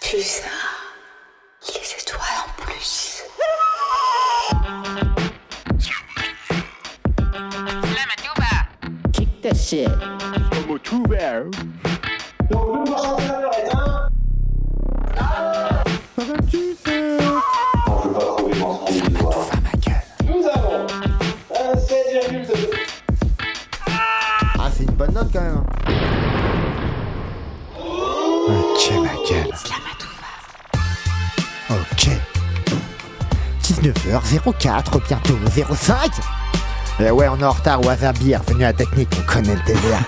plus. Les étoiles en plus. Kick that shit. Je veux pas trouver dans son histoire. Nous avons un 16,2. Ah, c'est une bonne note quand même. hein. Ok, ma gueule. Ok. 19h04, bientôt 05 Eh ouais, on est en retard, Wasabi est revenu à la technique, on connaît le délire.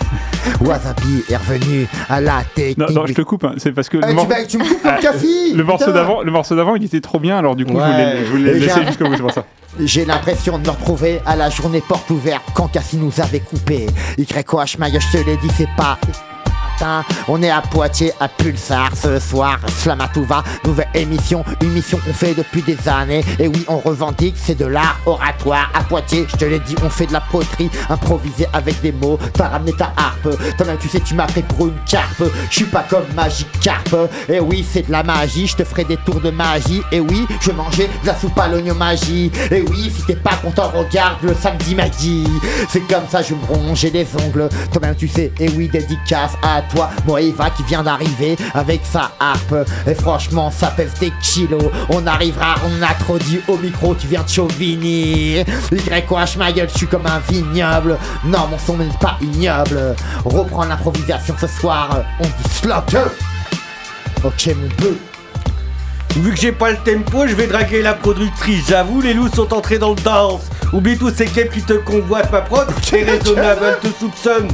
Wasabi est revenu à la technique. Non, non, je te coupe, hein, c'est parce que Eh, le, mor- tu, m'as- tu me coupes comme Ah, café le morceau putain. d'avant, le morceau d'avant, il était trop bien, alors du coup, Ouais. je voulais, je voulais le Déjà. laisser jusqu'au bout, c'est pour ça. J'ai l'impression de me retrouver à la journée porte ouverte quand Cassie nous avait coupé. YOH Maya, je te l'ai dit, c'est pas. matin. On est à Poitiers, à Pulsar ce soir, Slamatouva, nouvelle émission, une mission qu'on fait depuis des années. Et oui, on revendique, c'est de l'art oratoire. À Poitiers, je te l'ai dit, on fait de la poterie, improvisée avec des mots. T'as ramené ta harpe, toi-même tu sais, tu m'as fait pour une carpe. Je suis pas comme Magic Carpe. Et oui, c'est de la magie, je te ferai des tours de magie. Et oui, je mangeais de la soupe à l'oignon magie. Et oui, si t'es pas content, regarde le samedi magie. C'est comme ça, je me rongeais les ongles. Toi-même, tu sais, et oui, dédicace à toi, Moeva qui vient d'arriver avec sa harpe. Et franchement, ça pèse des kilos. On arrivera, on a trop dit au micro, tu viens de Chauvigny. YH, ma gueule, je suis comme un vignoble. Non, mon son n'est pas ignoble. Reprends l'improvisation ce soir, on dit slop. Ok, mon peu. Vu que j'ai pas le tempo, je vais draguer la productrice. J'avoue, les loups sont entrés dans le dance. Oublie tous ces guêpes qui te convoitent ma prod. Tes raisonnables te soupçonnent.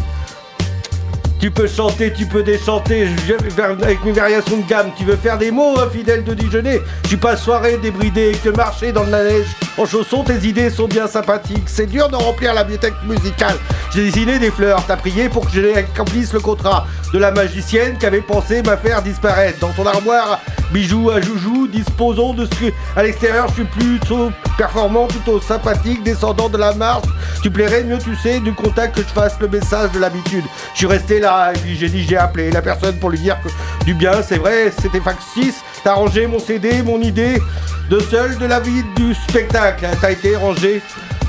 Tu peux chanter, tu peux déchanter, je vais faire avec mes variations de gamme. Tu veux faire des mots, hein, fidèle de Dijonais Je suis pas soirée débridée, que marcher dans de la neige. En chaussons, tes idées sont bien sympathiques. C'est dur de remplir la bibliothèque musicale. J'ai dessiné des fleurs, t'as prié pour que je accomplisse le contrat de la magicienne qui avait pensé ma faire disparaître. Dans son armoire, bijoux à joujou, disposons de ce que. À l'extérieur, je suis plutôt performant, plutôt sympathique, descendant de la marche. Tu plairais mieux, tu sais, du contact que je fasse le message de l'habitude. Je suis resté là, et puis j'ai dit, j'ai appelé la personne pour lui dire que du bien, c'est vrai, c'était factice. T'as rangé mon CD, mon idée, de seul de la vie du spectacle. Hein, T'as été rangé.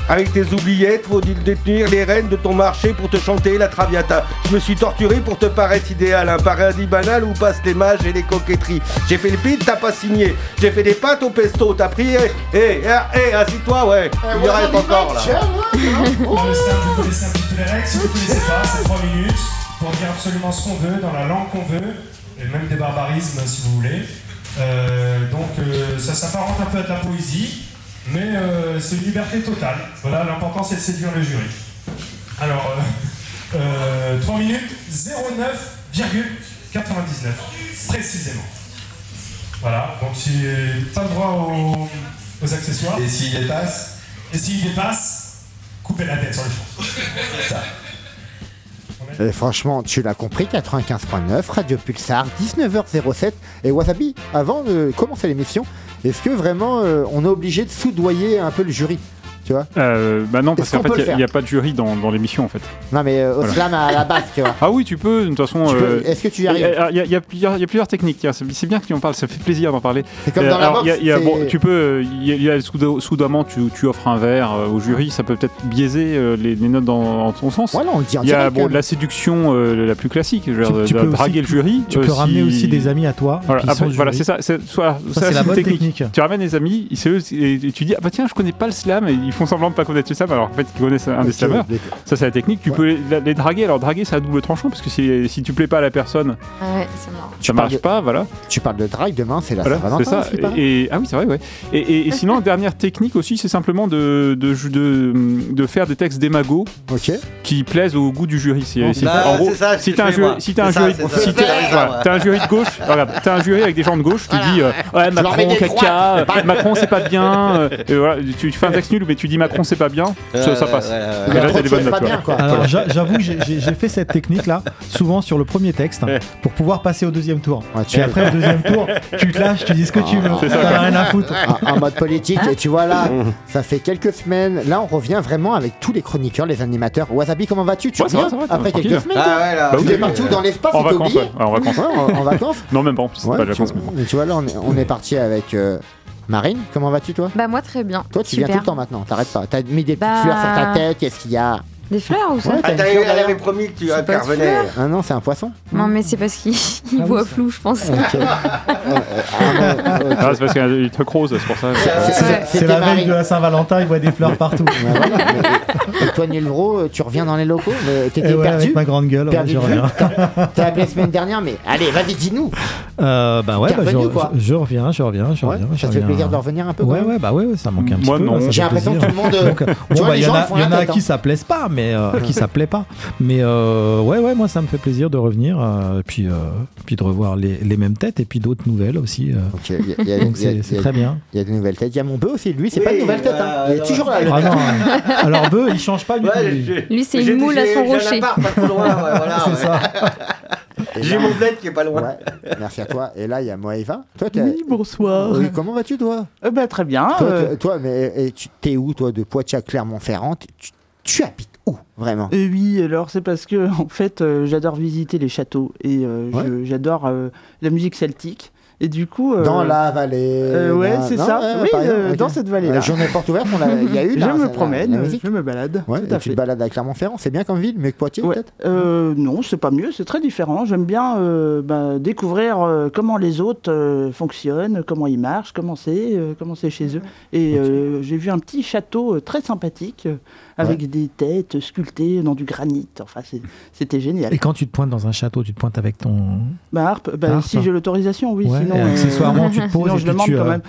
Avec tes oubliettes, faut-il détenir les rênes de ton marché pour te chanter la traviata. Je me suis torturé pour te paraître idéal, un paradis banal où passent les mages et les coquetteries. J'ai fait le pit, t'as pas signé. J'ai fait des pâtes au pesto, t'as prié. Eh, eh, eh, assis-toi, ouais. Il y reste encore, là. Dans le stade, vous connaissez un petit peu les règles. Si vous connaissez pas, c'est 3 minutes pour dire absolument ce qu'on veut, dans la langue qu'on veut, et même des barbarismes si vous voulez. Euh, donc euh, ça s'apparente un peu à de la poésie, mais euh, c'est une liberté totale. Voilà, l'important c'est de séduire le jury. Alors, euh, euh, 3 minutes 09,99 précisément. Voilà, donc j'ai pas le droit aux, aux accessoires. Et s'il dépasse, Et s'il dépasse, coupez la tête sur le champ. Et Euh, franchement, tu l'as compris, 95.9, Radio Pulsar, 19h07. Et Wasabi, avant de commencer l'émission, est-ce que vraiment euh, on est obligé de soudoyer un peu le jury Tu vois Euh, bah non, parce Est-ce qu'en qu'on peut fait, le il n'y a, pas de jury dans, dans l'émission, en fait. Non, mais euh, au Voilà. slam à la base, tu vois. Ah oui, tu peux, de toute façon. Tu euh, peux- Est-ce que tu y Il y, arrives a- il y a- il y a plusieurs- il y a plusieurs techniques, tiens, c'est c'est bien que tu en parles, ça fait plaisir d'en parler. C'est comme Euh, dans la alors, boxe. il y a- il y a- c'est- bon, tu peux, euh, il y a, il y a le soudo- soudainement, tu, tu offres un verre euh, au jury, ça peut peut-être biaiser euh, les, les notes dans, en ton sens. Ouais, hein. non, on le dit en Il y a direct, bon, quand de même. la séduction euh, la plus classique, je veux Tu- dire, tu de- peux de aussi- draguer le jury. Tu euh, peux si- ramener aussi des amis à toi. Voilà, qui après, sont voilà, jurés. c'est ça, c'est soit, Ça, ça, c'est c'est la une bonne technique. technique. Tu ramènes des amis, c'est eux, et, et tu dis ah bah tiens je connais pas le slam, et ils font semblant de pas connaître le slam alors en fait ils connaissent un des Ok, slammers. d'accord. Ça c'est la technique. Tu Ouais. peux les, la- les draguer, alors draguer c'est à double tranchant parce que si, si tu plais pas à la personne, Ouais, c'est marrant. Tu ça parles marche de- Bah, pas, voilà. Tu parles de drive demain, c'est la Voilà, c'est Saint-Valentin. ça. aussi, pareil. Et, et- ah oui, c'est vrai, ouais. Et, et- et sinon, dernière technique aussi, c'est simplement de, de, ju- de, de faire des textes démagos Ok. qui plaisent au goût du jury. Si, si- Bah, en gros, c'est ça, si je t'as un, fais, jury- moi. si t'as un C'est ça, jury, c'est ça. si t'as- C'est ça, voilà, moi. t'as un jury de gauche, regarde, t'as un jury avec des gens de gauche, tu dis euh, ouais, leur mets Macron, des droits. caca, euh, Macron, c'est pas bien. euh, et voilà, tu, tu fais un texte nul, mais tu tu dis Macron, c'est pas bien, ça, ça passe. Ouais, ouais, ouais. Mais là, t'as des trop, bonnes Ah, c'est pas notes. ouais. bien, quoi. Alors j'a- j'avoue que j'ai- j'ai j'ai fait cette technique là, souvent sur le premier texte, pour pouvoir passer au deuxième tour. Ouais, tu Et as- après au deuxième tour, tu te lâches, tu dis ce que tu veux, C'est ça, t'en quoi. as rien à foutre. Ah, en, en mode politique. Et tu vois là, ça fait quelques semaines. Là, on revient vraiment avec tous les chroniqueurs, les animateurs. Wasabi, comment vas-tu Tu Ouais, ça reviens va, ça va, ça va, après quelques tranquille. semaines Ah toi ouais, là. Bah Vous oui, êtes parti dans l'espace, En t'as vacances, oublié ouais. En vacances. Ouais, en, en vacances. Non, même pas, c'est Ouais, pas les tu, vacances. mais- mais tu vois, là, on est, on est parti avec euh, Marine. Comment vas-tu, toi Bah moi très bien. Toi, tu Super. viens tout le temps maintenant, t'arrêtes pas. T'as mis des petites Bah- fleurs sur ta tête, qu'est-ce qu'il y a Des fleurs ou ça Ouais, Ah, t'as une t'as- fleur elle derrière. avait promis que tu C'est pas intervenais. Ah non, c'est un poisson Non mais c'est parce qu'il Ah il oui, voit ça. flou je pense. Ok. Euh, euh, ah non, euh, Ah, c'est parce qu'il y a des trucs roses, c'est pour ça. c'est- c'est- C'est C'était la veille de Marine. la Saint-Valentin, il voit des fleurs partout. Ouais, voilà. Et toi, Nilvro, euh, tu reviens dans les locaux, mais Et t'étais Eh ouais, perdu. avec ma grande gueule, ouais, Perdu je de reviens. vue. T'as- T'as appelé la semaine dernière, mais allez, vas-y, dis-nous. Euh, bah ouais, T'es bah, je, revenu, quoi. je- je reviens, je reviens, je Ouais, reviens. je ça te fait reviens. plaisir de revenir un peu Ouais, quand même ouais, bah ouais, ouais, ça manque un petit Moi, peu. hein, non. ça fait J'ai l'impression plaisir. que tout le monde, euh, Donc, tu bon, vois, bah, les il y gens en a, font il y en la a à tête, hein. qui ça plaise pas, mais euh, à qui ça plaît pas. Mais euh, ouais, ouais, moi ça me fait plaisir de revenir, euh, puis, euh, puis de revoir les, les mêmes têtes et puis d'autres nouvelles aussi. euh. Ok, il y a- il y a- Donc il y a- c'est c'est il y a- très bien. Il y a de nouvelles têtes. Il y a mon bœuf euh, aussi, lui, c'est Oui, pas une nouvelle tête. hein. bah, Il est non. toujours là. le Ah mec. non, euh, alors Beu, il change pas du tout. lui. Lui, c'est une moule à son rocher. C'est ça. Et J'ai là- mon bled qui est pas loin. Ouais, merci à toi. Et là, il y a Moeva. Toi, t'es- Oui, bonsoir. Oui, comment vas-tu, toi Euh, bah, très bien. toi, euh, t'es- toi, mais et tu t'es où, toi, de Poitiers à Clermont-Ferrand tu, tu- tu habites où, vraiment euh, oui, alors c'est parce que en fait, euh, j'adore visiter les châteaux et euh, je- j'adore euh, la musique celtique. Et du coup, euh, Dans la vallée. euh, ouais, dans- c'est Ah, non, ça. ouais, oui, par exemple, euh, ok. dans cette vallée-là. La journée porte ouverte, on l'a- il y a eu. je là, ça- me la- promène, la euh, musique. je me balade. Ouais, tout à et tu fait. te balades à Clermont-Ferrand, c'est bien comme ville, mais que Poitiers, Ouais, peut-être euh, non, c'est pas mieux, c'est très différent. J'aime bien euh, bah, découvrir euh, comment les autres euh, fonctionnent, comment ils marchent, comment c'est, euh, comment c'est chez eux. Et euh, j'ai vu un petit château euh, très sympathique euh, avec des têtes sculptées dans du granit. Enfin, c'est- c'était génial. Et quand tu te pointes dans un château, tu te pointes avec ton. Bah, harpe, bah, Harpe. si j'ai l'autorisation, oui. Ouais, sinon, et euh, accessoirement, tu te poses sinon et je puis demande tu, quand euh, même.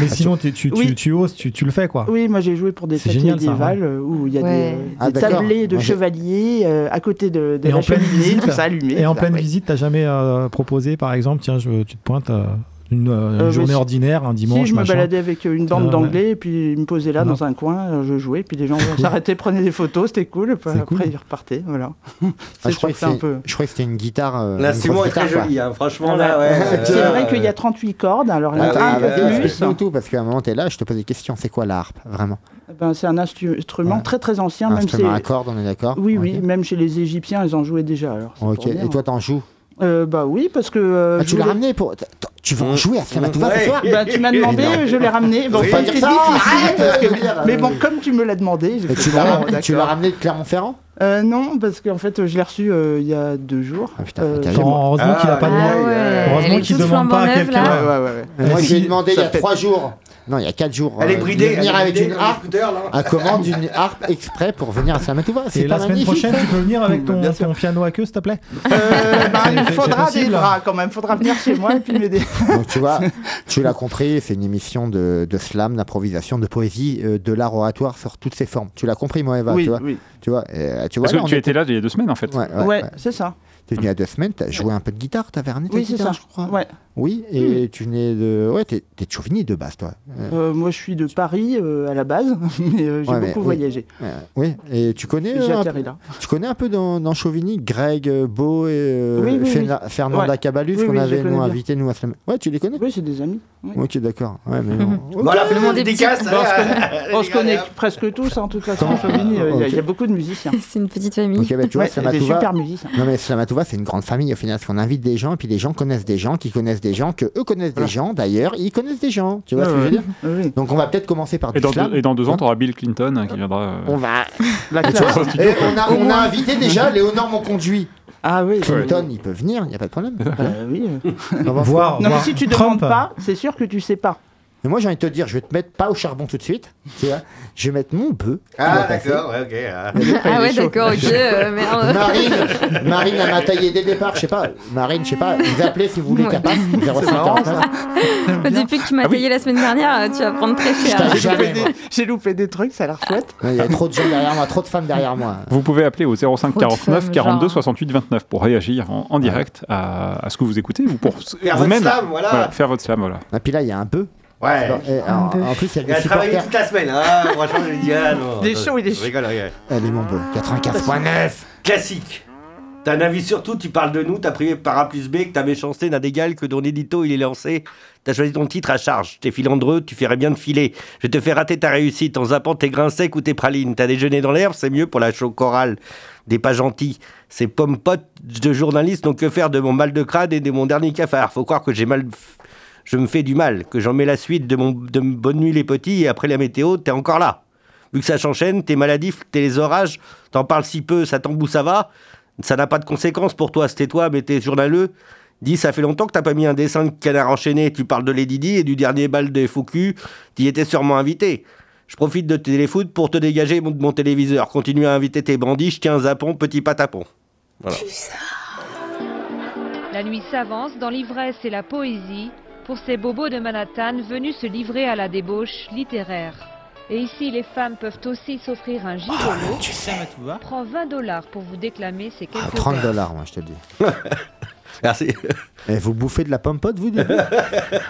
Mais sinon, tu, tu, Oui. tu, tu oses, tu, tu le fais quoi. Oui, moi j'ai joué pour des C'est fêtes génial, ça, médiévales euh, où il y a Ouais. des, Ah, des d'accord. tablés de Moi, j'ai- chevaliers euh, à côté de, de Et la en pleine cheminée, visite. tout ça allumé. Et en tout ça, pleine ouais. visite, t'as jamais euh, proposé, par exemple, tiens, je, tu te pointes euh, une, euh, une mais journée si- ordinaire, un dimanche, si, je me machin. baladais avec euh, une Ah, bande ouais. d'anglais, et puis ils me posaient là Non. dans un coin, euh, je jouais, puis les gens s'arrêtaient, prenaient des photos, c'était cool, et puis C'est après cool. ils repartaient, voilà. Ah, c'est je, croyais c'est un peu... que je croyais que c'était une guitare. euh, Là, une Simon grosse est très guitare, quoi. joli, hein. franchement. Ah, Là, ouais, C'est euh, vrai qu'il y a 38 cordes, alors Ah, là, oui, un Ah, peu bah, vas-y, oui, plus. hein. explique-nous tout, parce qu'à un moment, t'es là, je te pose des questions. C'est quoi la harpe, vraiment Ah, Ben, c'est un instrument Ouais. très très ancien, Un même si... instrument à cordes, on est d'accord Oui, Ok. oui, même chez les Égyptiens, ils en jouaient déjà. Alors, c'est Ok, pour dire. et toi, t'en joues Euh, Bah oui, parce que... euh, Ah, je Tu l'as voulais- ramené pour. t- t- Tu vas en jouer à Slamatouva Ouais. ce soir Bah, tu m'as demandé, je l'ai ramené. Bon, Faut pas dire c'était ça, difficile, arrête, hein, parce que- euh, Mylène. Mais bon, comme tu me l'as demandé, j'ai Et fait, tu bon, l'as Ah, ramené, tu l'as d'accord. ramené de Clermont-Ferrand Euh, non, parce qu'en fait, euh, je l'ai reçu euh, il y a deux jours. Euh, Ah, putain, mais t'as- chez Attends, moi. heureusement qu'il a Ah, pas ouais. demandé. Heureusement elle est qu'il toute demande pas à flambant neuve, quelqu'un. là. Ouais, ouais, ouais. Euh, Mais Moi, si, je lui ai demandé il y ça a fait- trois jours. Non, il y a quatre jours. Elle est euh, bridée. de elle est venir avec bridée une comme un harpe. scooter, là. À commande une harpe exprès pour venir à Slamatouva. Et C'est la pas semaine magnifique. prochaine, tu peux venir avec ton, Bien sûr. ton piano à queue, s'il te plaît Euh, bah, C'est- il c'est- faudra c'est possible. des bras quand même. Faudra venir chez moi et puis m'aider. Donc tu vois, tu l'as compris, c'est une émission de, de slam, d'improvisation, de poésie, euh, de l'art oratoire sur toutes ses formes. Tu l'as compris, Moeva, oui, Bah, tu vois. oui. Tu vois, euh, tu vois Parce là, que on tu était- étais là il y a deux semaines, en fait. Ouais, Ouais, ouais, ouais. c'est ça. T'es venu à deux semaines, t'as joué un peu de guitare, t'avais ramené ta Oui, c'est guitare, ça. je crois. Ouais. Oui, et tu venais de. Ouais, t'es t'es de Chauvigny de base, toi. Euh, Euh, moi, je suis de Paris euh, à la base, mais euh, j'ai Ouais, mais beaucoup oui. voyagé. euh, oui, et tu connais. J'ai euh, un peu- atterri là. tu connais un peu dans, dans Chauvigny Greg, euh, Beau et euh, Oui, oui, oui. Ferna- Fernanda Ouais. Cabalus, Oui, qu'on oui, je avait connais nous bien. invité, nous, à Slam. Ouais, tu les connais Oui, c'est des amis. Oui. Ok, d'accord. Ouais, mais. non. Ok. Voilà, fais-moi monde des est dédicace. Bon, on se connaît, on se Bah, les connaît gars, là. presque tous, hein, en tout cas. Comment- en Chauvigny, euh, Il y, a- il y a Ok. beaucoup de musiciens. C'est une petite famille. Ok, bah, tu vois, Ouais, c'est des Slamatouva- super musiciens. Non mais Slamatouva c'est une grande famille au final, parce qu'on invite des gens et puis les gens connaissent des gens qui connaissent des gens que eux connaissent des gens d'ailleurs, ils connaissent des gens, tu vois ce que je veux dire Oui. Donc on va peut-être commencer par Et du dans, slam. deux, et dans deux ans, t'auras Bill Clinton euh, qui viendra. euh, On va. La Et tu vois, classe. et on, a, on a invité déjà Léonore mon conduit. Ah oui. Clinton, il peut venir, il n'y a pas de problème. Bah oui. On va- Voir. Non, mais voir si tu Trump. demandes pas, c'est sûr que tu sais pas. Mais moi j'ai envie de te dire, je vais te mettre pas au charbon tout de suite. Tu vois, je vais mettre mon bœuf. qui va Ah, passer. d'accord, ouais, ok. ah. Ah ouais, d'accord, ok, euh, merde. Marine, Marine, elle m'a taillé dès le départ, je sais pas. Marine, je sais pas, vous appelez si vous voulez Ouais. qu'elle passe. 0549. Depuis que tu m'as Ah oui. taillé la semaine dernière, euh, tu vas prendre très Je cher. t'avais J'ai jamais, loupé, moi. Ah. des- j'ai loupé des trucs, ça a l'air chouette. Il y a trop de gens derrière moi, trop de femmes derrière moi. Vous pouvez appeler au 05 Trop de 49 femmes, 42 genre. 68 29 pour réagir en, en direct à, à ce que vous écoutez ou pour Faire votre slam, voilà. faire votre slam, voilà. Et puis là, il y a un peu. Ouais. Et en, en plus, il y Il a a des travaillé supporters. toute la semaine, hein. Franchement, je lui dis, ah non. Il est attends, chaud, il est je rigole, regarde. Allez, mon beau, 95.9. Classique. T'as un avis sur tout, tu parles de nous, t'as pris par A plus B, que ta méchanceté n'a d'égal que ton édito, il est lancé. T'as choisi ton titre à charge. T'es filandreux, tu ferais bien de filer. Je te fais rater ta réussite en zappant tes grains secs ou tes pralines. T'as déjeuné dans l'herbe, c'est mieux pour la chaux chorale. Des pas gentils. Ces pommes potes de journalistes n'ont que faire de mon mal de crâne et de mon dernier cafard. Faut croire que j'ai mal je me fais du mal, que j'en mets la suite de mon de m- Bonne Nuit les Petits et après la météo, t'es encore là. Vu que ça s'enchaîne, t'es maladif, t'es les orages, t'en parles si peu, ça tombe où ça va, ça n'a pas de conséquences pour toi, c'était toi, mais t'es journaleux. Dis, ça fait longtemps que t'as pas mis un dessin de canard enchaîné, tu parles de Lady Di et du dernier bal des faux culs, t'y étais sûrement invité. Je profite de téléfoot pour te dégager mon- de mon téléviseur. Continue à inviter tes bandits, je tiens un zapon, petit patapon. Voilà. La nuit s'avance dans l'ivresse et la poésie pour ces bobos de Manhattan venus se livrer à la débauche littéraire. Et ici, les femmes peuvent aussi s'offrir un gigolo. Oh, Prends 20 dollars pour vous déclamer ces quelques 30 vers. dollars, moi, je te le dis. Merci. Et vous bouffez de la pompote, vous, du coup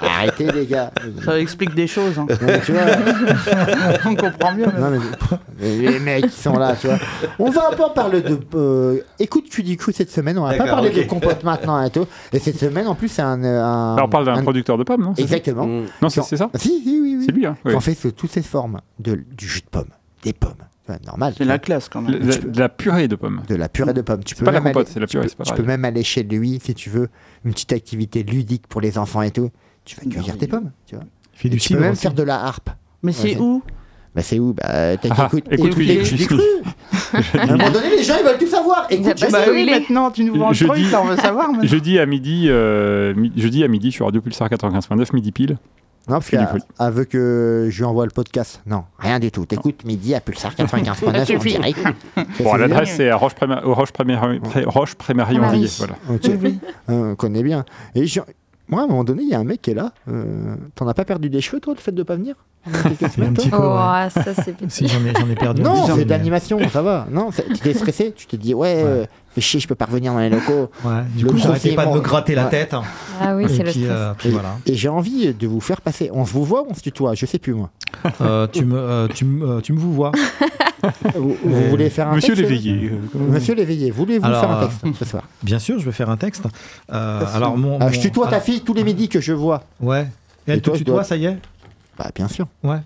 Arrêtez, les gars. Ça explique des choses. hein. Non, mais tu vois, euh, On comprend mieux. même. non, mais- mais les mecs qui sont là, tu vois. On va un peu parler de. euh, écoute, tu dis coup cette semaine, on va pas D'accord, parler ok. de compote maintenant et tout. Et cette semaine, en plus, c'est un, euh, un- Alors, on parle d'un un- producteur de pommes, non c'est ça Exactement. Mm. Non, c'est c'est ça Si, si, oui, oui. C'est lui, hein oui. Qu'on fait sous toutes ces formes de, du jus de pomme, des pommes. Enfin, normal. C'est la classe quand Le- même. la- De la purée de pommes. de la purée de pommes. Tu C'est pas de la même aller- compote, c'est de la tu purée, peux- c'est pas Tu peux pareil. même aller chez lui si tu veux, une petite activité ludique pour les enfants et tout. Tu vas cueillir tes pommes, tu vois. Il fait du Et tu peux cidre même aussi. faire de la harpe. Mais Ouais, c'est c'est- où Bah c'est où Bah t'as Ah, écoute, écoute, écoute, Willy, écoute, je j'ai suis- cru. À un moment donné, les gens ils veulent tout savoir. Écoute, Bah j'ai- oui, maintenant, tu nous vends le truc, Jeudi- ça, on veut savoir. maintenant. Jeudi à midi, euh, mi- jeudi à midi sur Radio Pulsar 95.9, midi pile. Non, parce Fais du qu'elle foot. elle veut que je lui envoie le podcast. Non, rien du tout. T'écoutes midi à Pulsar 95.9 en direct. Bon, c'est l'adresse c'est à roche prémarie en Prémarie. Villiers, voilà. Ok. Euh, on connaît bien. Et je- moi, à un moment donné, il y a un mec qui est là. Euh, T'en as pas perdu des cheveux, toi, le fait de pas venir pendant quelques Il y a un semaines, toi petit peu. Oh, ouais. ah, ça c'est petit. Si j'en ai, j'en ai perdu. un Non, petit peu, c'est mais- d'animation, ça va. Non, c'est- tu t'es stressé, tu te dis ouais, euh, fais chier, je peux pas revenir dans les locaux. Ouais, du Le coup, grossier j'arrêtais pas de me mort. gratter la Ouais. tête. Ah oui, c'est Et le puis, stress. euh, puis voilà. Et j'ai envie de vous faire passer. On se vous voit ou on se tutoie Je sais plus moi. Euh, tu me, euh, tu me, euh, tu me vous vois. Vous, vous Euh, voulez faire un Monsieur texte l'éveillé. euh, comment- Monsieur l'éveillé, voulez-vous Alors, faire un euh, texte ce soir Bien sûr, je vais faire un texte. Euh, alors mon, Ah, mon- Je tutoie ta ah, fille tous les midis que je vois. Ouais. Et Et elle te toi, je tutoie, dois- ça y est. Bah bien sûr. Ouais.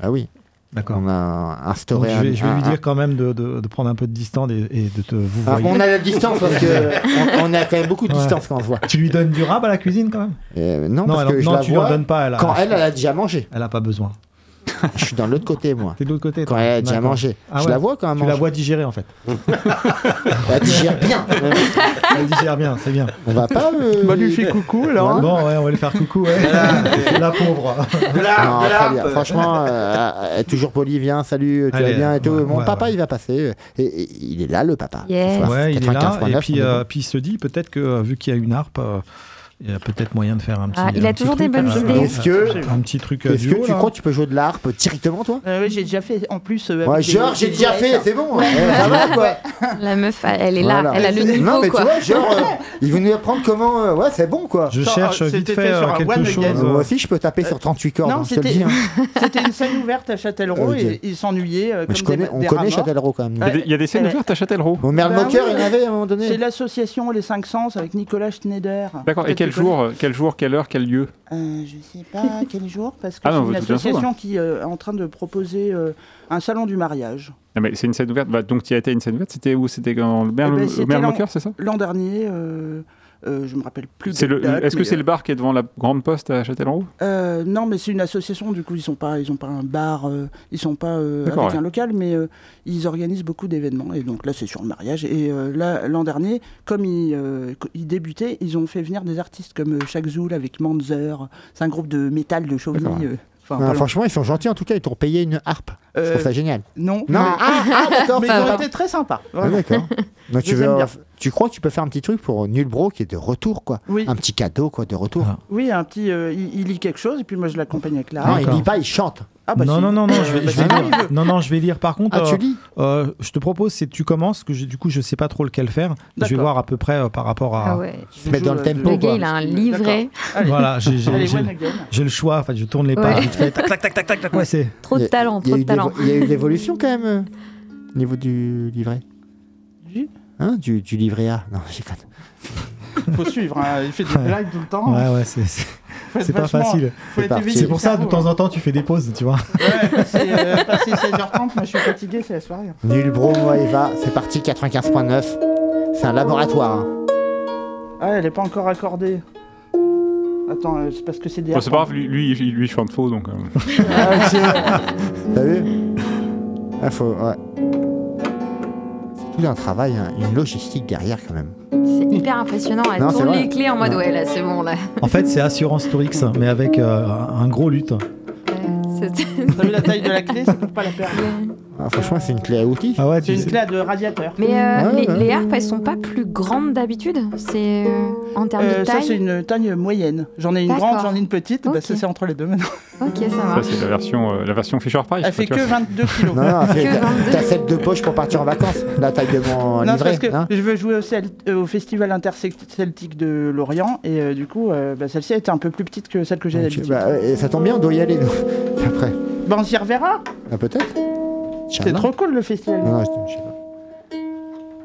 Ah oui. D'accord. On a Donc, instauré je vais, je vais un- lui un- dire quand même de, de- de prendre un peu de distance et, et de te vous Ah, voyez. on a la distance parce que on, on a quand même beaucoup de Ouais. distance quand on se voit. Tu lui donnes du rab à la cuisine quand même Euh, non, Non, parce elle en- que non, je la tu lui en vois donnes pas, elle a- quand elle, elle a déjà mangé. Elle a pas besoin. Je suis dans l'autre côté moi. T'es de l'autre côté. Quand toi. elle a déjà D'accord. mangé, Ah je ouais. la vois quand elle Tu la mange. vois digérer en fait. Elle digère bien. Elle digère bien, c'est bien. On va pas. euh, Bah, lui fait coucou alors. hein. Bon, ouais, on va lui faire coucou. ouais. la pauvre. De l'art, Non, de très l'art. bien. Franchement, euh, euh, toujours poli, viens, salut, tu Allez, vas bien et ouais, tout. Mon ouais, papa, ouais. il va passer. Et, et il est là, le papa. Yes. Ce soir, Ouais, il est là. 95.9, Et puis, on est euh, bon. puis il se dit peut-être que euh, vu qu'il y a une harpe, euh, il y a peut-être moyen de faire un petit. Ah, il un a petit toujours des truc, bonnes euh, idées. Est-ce que- un petit truc euh, Est-ce que duo, tu là. crois que tu peux jouer de l'harpe directement, toi Euh, oui, j'ai déjà fait en plus. euh, Ouais, avec des- genre, j'ai des déjà oreilles, fait, hein. c'est bon. Eh, ça va, quoi. La meuf, elle elle est là, Voilà. elle a le niveau Non, mais quoi. tu vois, genre, euh, il veut nous apprendre comment. euh, ouais, c'est bon, quoi. Je Genre, cherche euh, vite c'était fait fait sur euh, un quelque one chose. again. Euh, Moi aussi, je peux taper sur 38 cordes, non, hein, je te le c'était- dis. hein. C'était une scène ouverte à Châtellerault Ouais, et ils s'ennuyaient. euh, Mais je comme des- connais, on des connaît rameurs. Châtellerault quand même. Il y a des- il y a des scènes Ouais. ouvertes à Châtellerault. Mon mère Bah moqueur, oui. il y en avait à un moment donné. C'est l'association Les Cinq Sens avec Nicolas Schneider. D'accord, et Peut-être quel tu connais. jour, euh, quel jour, quelle heure, quel lieu Euh, Je sais pas quel jour, parce que Ah non, c'est une vous êtes bien sûr, association qui euh, est en train de proposer euh, un salon du mariage. Non, mais c'est une scène ouverte. Bah, donc, tu y as été à une scène ouverte. C'était où C'était quand le Eh Merle ben, le c'était Merle l'an- Moqueur, c'est ça L'an dernier, euh, euh, je me rappelle plus. C'est des le- dates, Est-ce que mais, c'est euh, le bar qui est devant la grande poste à Châtellerault Euh, non, mais c'est une association, du coup, ils n'ont pas, ils ont pas un bar, euh, ils sont pas euh, avec D'accord, ouais. un local, mais euh, ils organisent beaucoup d'événements. Et donc là, c'est sur le mariage. Et euh, là, l'an dernier, comme ils, euh, co- ils débutaient, ils ont fait venir des artistes comme euh, Shaq Zoul avec Manzer. C'est un groupe de métal de Chauvigny. D'accord, ouais. euh, enfin, Ah, voilà. Franchement, ils sont gentils en tout cas, ils t'ont payé une harpe. Je Euh, trouve ça génial. non, Non, mais- ah, ah, d'accord, mais c'est ils pas- ont été très sympas. Ah, vraiment. d'accord. Je Donc tu les veux aime en- bien. Tu crois que tu peux faire un petit truc pour Nulbro qui est de retour, quoi Un petit cadeau, quoi, de retour Oui, un petit. euh, il, il lit quelque chose et puis moi je l'accompagne avec la. Non, il lit pas, il chante. Ah bah non, si. non, non, non, je vais, Bah je vais si, lire. il veut. Non, non, je vais lire. Par contre, Ah, tu euh, lis euh, je te propose, c'est que tu commences, que je- du coup, je sais pas trop lequel faire. Je vais D'accord. voir à peu près euh, par rapport à. Ah ouais. Tu mets dans le euh, tempo, Le gars, quoi. il a un livret. D'accord. Allez. Voilà, j'ai- j'ai Allez, j'ai- one again. j'ai le choix. Enfin, je tourne les Ouais. pages vite fait. Tac, tac, tac, tac, tac, tac. Ouais, c'est. Trop de talent, Il y a trop de eu des- talent. Il y a eu de l'évolution quand même euh, au niveau du livret. Hein, du, du livret A. Non, j'ai Faut suivre, hein, il fait des blagues tout le Oh. temps. Ouais, ouais, c'est- c'est Faut être c'est pas vachement- facile. faut être éveillé C'est pour du ça, de cerveau, temps en temps, tu fais des pauses, tu vois. C'est euh, passé 16h30, moi je suis fatigué, c'est la soirée. hein. Nulbro, moi, Eva, c'est parti 95.9. C'est un laboratoire. hein. Ah, elle est pas encore accordée. Attends, euh, c'est parce que c'est des. Bon, c'est pas grave, lui, lui, il- lui, il chante faux, donc... euh. Ah, c'est- T'as vu Ah, faut- ouais. C'est tout un travail, hein, une logistique derrière quand même. C'est hyper impressionnant. Elle Non, c'est tourne vrai. les clés en mode Non. ouais, là, c'est bon, là. En fait, c'est Assurance Tourix, mais avec euh, un gros lutte. C'est- T'as vu la taille de la clé, ça coûte pas la perdre. Ah, franchement, c'est une clé à outils. Ah ouais, C'est une clé de radiateur. Mais euh, Ouais, les, ouais. les harpes, elles sont pas plus grandes d'habitude C'est euh, en termes Euh, de ça, taille c'est une taille moyenne. J'en ai une D'accord. grande, j'en ai une petite. Bah, ça, c'est entre les deux maintenant. Ok, ça Ça, marche. c'est la version, euh, la version Fisher Price. Elle Ah. fait que 22 kilos. Non, non, Que t'as- 22. t'as celle de poche pour partir en vacances. La taille de Non, mon c'est livret. parce que hein. je veux jouer au, Celt- euh, au festival interceltique de Lorient et euh, du coup, euh, bah, celle-ci était un peu plus petite que celle que j'ai Ok, d'habitude. bah, euh, et ça tombe bien, on doit y aller nous. Après, Bah, on s'y reverra. Ah, peut-être. C'est Inch'Allah. trop cool le festival. Non, non, je- je sais pas.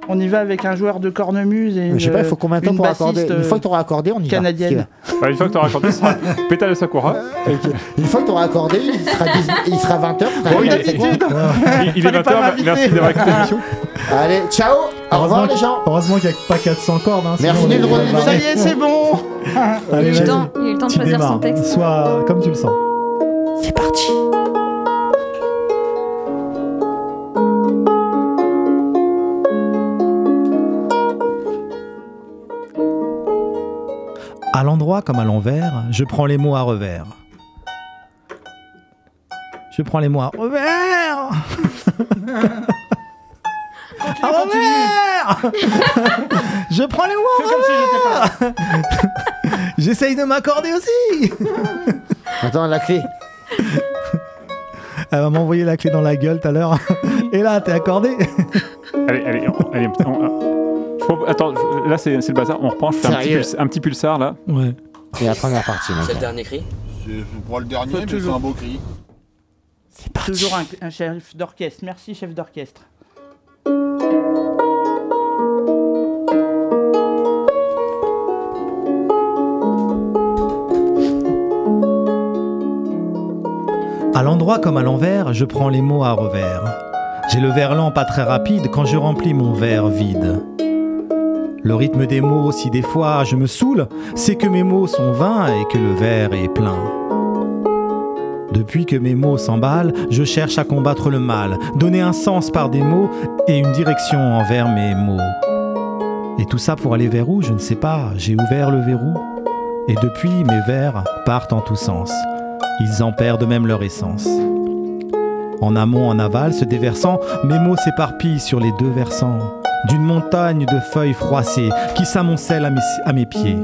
On y va avec un joueur de cornemuse et. Mais je sais pas, il faut combien de temps une pour bassiste, accorder Une euh, fois que t'auras accordé, on y canadienne. va. Ah, une fois que t'auras accordé, ce sera Pétale Sakura. Euh, Une fois que t'auras accordé, il sera, 10 il sera 20h. euh, Bon, il est- il- il est 20 heures, merci d'avoir écouté l'émission. Allez, ciao Au revoir les gens Heureusement qu'il n'y a pas 400 cordes. Hein, Merci, sinon, on Nulbro. aurait barré. Ça y est, c'est bon. Allez, il, a eu vas-y. le temps, il a eu le temps de Tu choisir son démarres. texte. Sois euh, hein. comme tu le sens. C'est parti. À l'endroit comme à l'envers, je prends les mots à revers. Je prends les mots à revers. À revers Je prends les mots à revers J'essaye de m'accorder aussi Attends, la clé. Elle va m'envoyer la clé dans la gueule tout à l'heure. Et là, t'es accordé Allez, allez, on- allez, on- on- je propose- Attends, je- là, c'est c'est le bazar. On reprend, je fais un petit, Sérieux pulse- un petit pulsar, là. Ouais. Et la première partie, mec. C'est le dernier cri C'est pas le dernier, Faut mais c'est toujours. un beau cri. Toujours un, un chef d'orchestre. Merci, chef d'orchestre. À l'endroit comme à l'envers, je prends les mots à revers. J'ai le verlan pas très rapide quand je remplis mon verre vide. Le rythme des mots, si des fois je me saoule, c'est que mes mots sont vains et que le verre est plein. Depuis que mes mots s'emballent, je cherche à combattre le mal, donner un sens par des mots et une direction envers mes mots. Et tout ça pour aller vers où Je ne sais pas, j'ai ouvert le verrou. Et depuis, mes vers partent en tous sens. Ils en perdent même leur essence. En amont, en aval, se déversant, mes mots s'éparpillent sur les deux versants, d'une montagne de feuilles froissées qui s'amoncellent à mes, à mes pieds.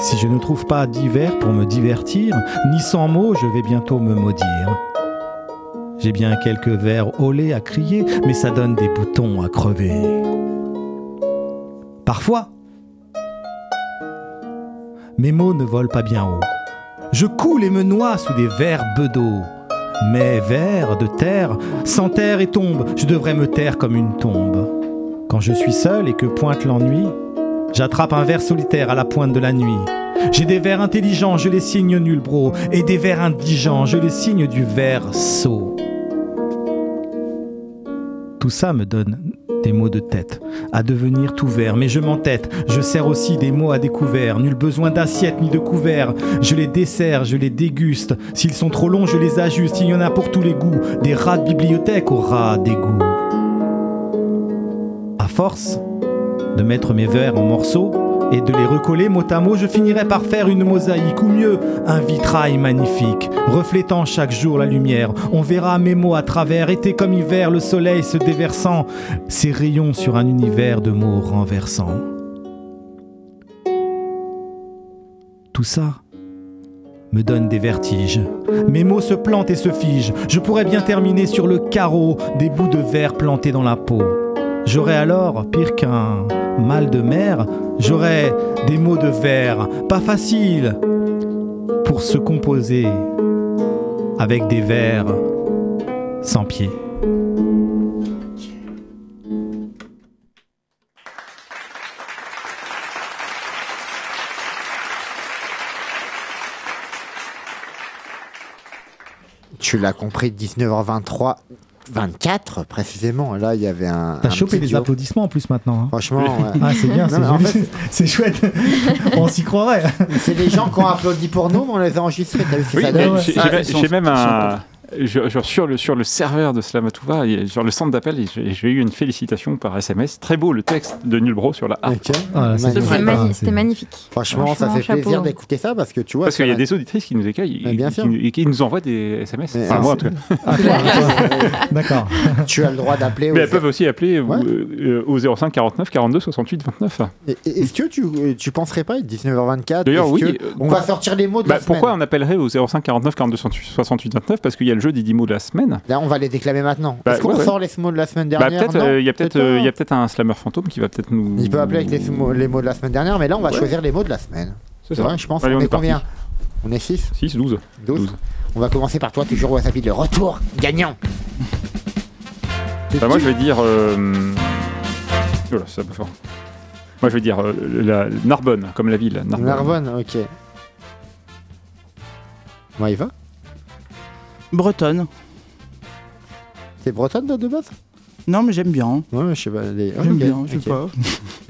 Si je ne trouve pas d'hiver pour me divertir, ni sans mots, je vais bientôt me maudire. J'ai bien quelques vers aulés à crier, mais ça donne des boutons à crever. Parfois, mes mots ne volent pas bien haut. Je coule et me noie sous des vers d'eau. Mais vers de terre, sans terre et tombe, je devrais me taire comme une tombe. Quand je suis seul et que pointe l'ennui, j'attrape un vers solitaire à la pointe de la nuit. J'ai des vers intelligents, je les signe nul bro, et des vers indigents, je les signe du vers sot. Tout ça me donne des mots de tête, à devenir tout vert, mais je m'entête, je sers aussi des mots à découvert, nul besoin d'assiette ni de couvert, je les desserre, je les déguste, s'ils sont trop longs, je les ajuste, il y en a pour tous les goûts, des rats de bibliothèque aux rats d'égout. À force de mettre mes vers en morceaux, et de les recoller mot à mot, je finirais par faire une mosaïque, ou mieux, un vitrail magnifique, reflétant chaque jour la lumière. On verra mes mots à travers, été comme hiver, le soleil se déversant, ses rayons sur un univers de mots renversants. Tout ça me donne des vertiges. Mes mots se plantent et se figent. Je pourrais bien terminer sur le carreau des bouts de verre plantés dans la peau. J'aurais alors, pire qu'un mal de mer, j'aurais des mots de verre, pas faciles, pour se composer avec des vers sans pied. Tu l'as compris, 19h23, 24 précisément. Là, il y avait un. T'as un chopé petit des duo. applaudissements en plus maintenant. hein. Franchement, Ah, ouais. Ah, c'est bien, Non, c'est mais en joli. fait, C'est chouette. On s'y croirait. c'est des gens qui ont applaudi pour nous, mais on les a enregistrés. T'as vu, c'est Ah. ça, Oui, mais donne. j'ai- Ah, j'ai- ils sont- j'ai même ils sont un. je- je- sur, le, sur le serveur de Slamatouva, il y a- sur le centre d'appel, j'ai j'ai eu une félicitation par SMS. Très beau le texte de Nulbro sur la harpe. Ah, là, c'est C'était magnifique. mani- Ah, c'était magnifique. Franchement, ça fait plaisir d'écouter ça parce que tu vois. Parce qu'il y a ça- des auditrices qui nous écaillent et, bien qui- sûr. qui, nous- et qui nous envoient des SMS. Enfin, ah, moi, en c'est- tout cas. D'accord. Tu as le droit d'appeler. Mais au- elles peuvent aussi appeler euh, euh, au 05 49 42 68 29. Et- et- Est-ce que tu, tu penserais pas, 19h24 D'ailleurs, est-ce oui, que euh, On on- va sortir les mots de Bah, la semaine. pourquoi on appellerait au 05 49 42 68 29 Parce qu'il y a le jeu des 10 mots de la semaine. Là, on va les déclamer maintenant. Bah, Est-ce qu'on ouais, ouais. sort les mots de la semaine Bah, dernière peut-être, Non euh, il y a peut-être Peut-être euh, il y pas. a peut-être un slammer fantôme qui va peut-être nous. Il peut appeler avec les mots, les mots de la semaine dernière, mais là, on va Ouais. choisir les mots de la semaine. C'est C'est ça. vrai, je pense. Allez, on, on est est parti. combien On est 6 6, 12. 12. On va commencer par toi, toujours Wasabi, le retour gagnant. Bah, moi, je vais dire. euh, oh là, c'est un peu fort. Moi, je vais dire euh, la Narbonne, comme la ville. Narbonne. Narbonne, ok. Moi, il va Bretonne. T'es bretonne toi, de base Non, mais j'aime bien. Ouais, je sais pas. les- J'aime ok, bien, je sais ok. pas.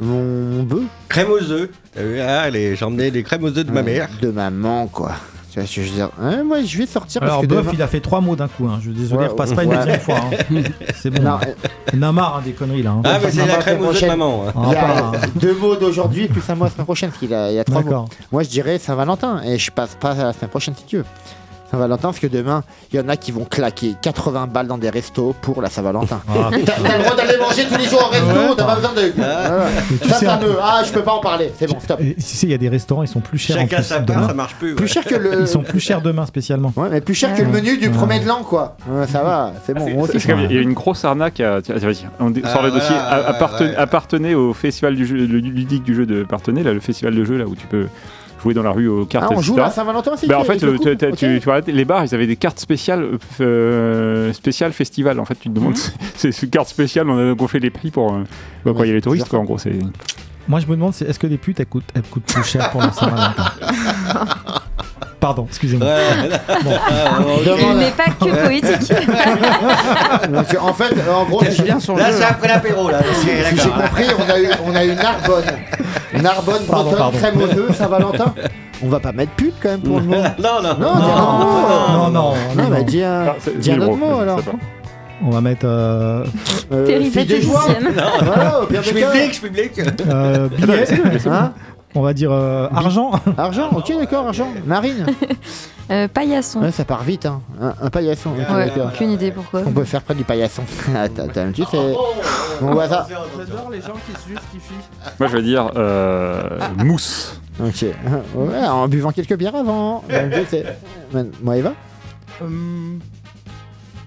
Mon bœuf Crème aux œufs. T'as vu, ah, les- j'ai emmené des crèmes aux œufs de ma Ouais, mère. Mmh. De maman, quoi. Tu vois ce que je veux dire Hein, Moi, je vais sortir Alors, parce que Boeuf, demain- il a fait trois mots d'un coup. hein. Je suis désolé, Ouais, il repasse pas une ouais. deuxième fois. hein. C'est bon. Non, On a marre hein, des conneries là. hein. Ah, mais c'est la crème aux œufs de prochaine. maman. hein. Il y Ah, a deux mots d'aujourd'hui plus un mot la semaine prochaine, parce qu'il a- il y a trois D'accord. mots. Moi, je dirais Saint-Valentin, et je passe pas à la semaine prochaine si tu veux. Saint-Valentin, parce que demain, il y en a qui vont claquer 80 balles dans des restos pour la Saint-Valentin. Ah, T'as t'as le droit d'aller manger tous les jours au resto, t'as pas besoin de. Ah, Mais tu Ça, sais, ça en- me. Ah, je peux pas en parler, c'est bon, stop. Et tu sais, il y a des restaurants, ils sont plus chers. en Chacun plus, sa demain. part, ça marche plus. ouais. Plus cher que le. Ils sont plus chers demain spécialement. Ouais, mais plus cher que le menu du Ouais. premier de l'an, quoi. Ouais, ça va, c'est bon, moi aussi. Parce qu'il y a- Il y a une grosse arnaque. À... tiens, vas-y, on dé- Ah, sort le voilà, dossier. A- ouais, apparten- ouais. Appartenez au festival du jeu, le ludique du jeu de Partenay, là, le festival de jeu là où tu peux jouer dans la rue aux cartes. Ah, on etc. joue à Saint-Valentin aussi Bah en avec fait, le euh, couple, t'as- t'as- ok. tu, tu vois, les bars, ils avaient des cartes spéciales, euh, spéciales festival. En fait, tu te demandes, Mhm. c'est ces cartes spéciales, on a gonflé les prix pour euh, bah, quand il y a les touristes, quoi, en gros. C'est... Moi, je me demande, c'est- est-ce que les putes, elles coûtent, elles coûtent plus cher pour la Saint-Valentin Pardon, excusez-moi. Ah, bon, ok. Oh, Il Demande- n'est pas que poétique. Donc, en fait, en gros, si- bien son Là, jeu. c'est après l'apéro. Là. Ok, si j'ai d'accord. compris, on a eu, on a eu Narbonne. Narbonne, Pardon, Bretonne, pardon. crème aux œufs, Saint-Valentin. On va pas mettre pute quand même pour le moment. Non, non, Non, Ah, non. dis un autre mot. Non, Oh. non, non, non, non. bah dis un, Ah, c'est- dis un oui, autre bon, mot je alors. sais pas. On va mettre euh, Euh, Terrible fille de joie. éthicienne. Voilà, au pire Je des cas. public, je public. euh, billet. Hein On va dire euh, argent. Argent, ok d'accord, argent. Marine Euh, paillasson. Ouais, Ça part vite, hein. Un, un paillasson. ok, Ouais, d'accord. aucune idée Oh. pourquoi. On peut faire près du paillasson. Attends, attends, tu sais. Oh. On voit ça. J'adore les gens qui se justifient. Moi, je vais dire euh, mousse. Ok. Ouais, en buvant quelques bières avant. Attends, tu sais. Moi, Eva Hum,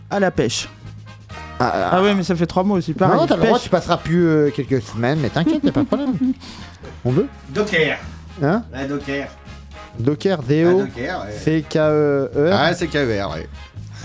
à la pêche. Ah, Ah ouais, mais ça fait trois mots aussi. Pareil. Non, non, t'as le droit, pêche. tu passeras plus euh, quelques semaines, mais t'inquiète, y'a pas de problème. On veut Docker. Hein La Docker. Docker, La Ah, D-O, Docker. ouais. C-K-E-R. Ah, c'est KVR, ouais. E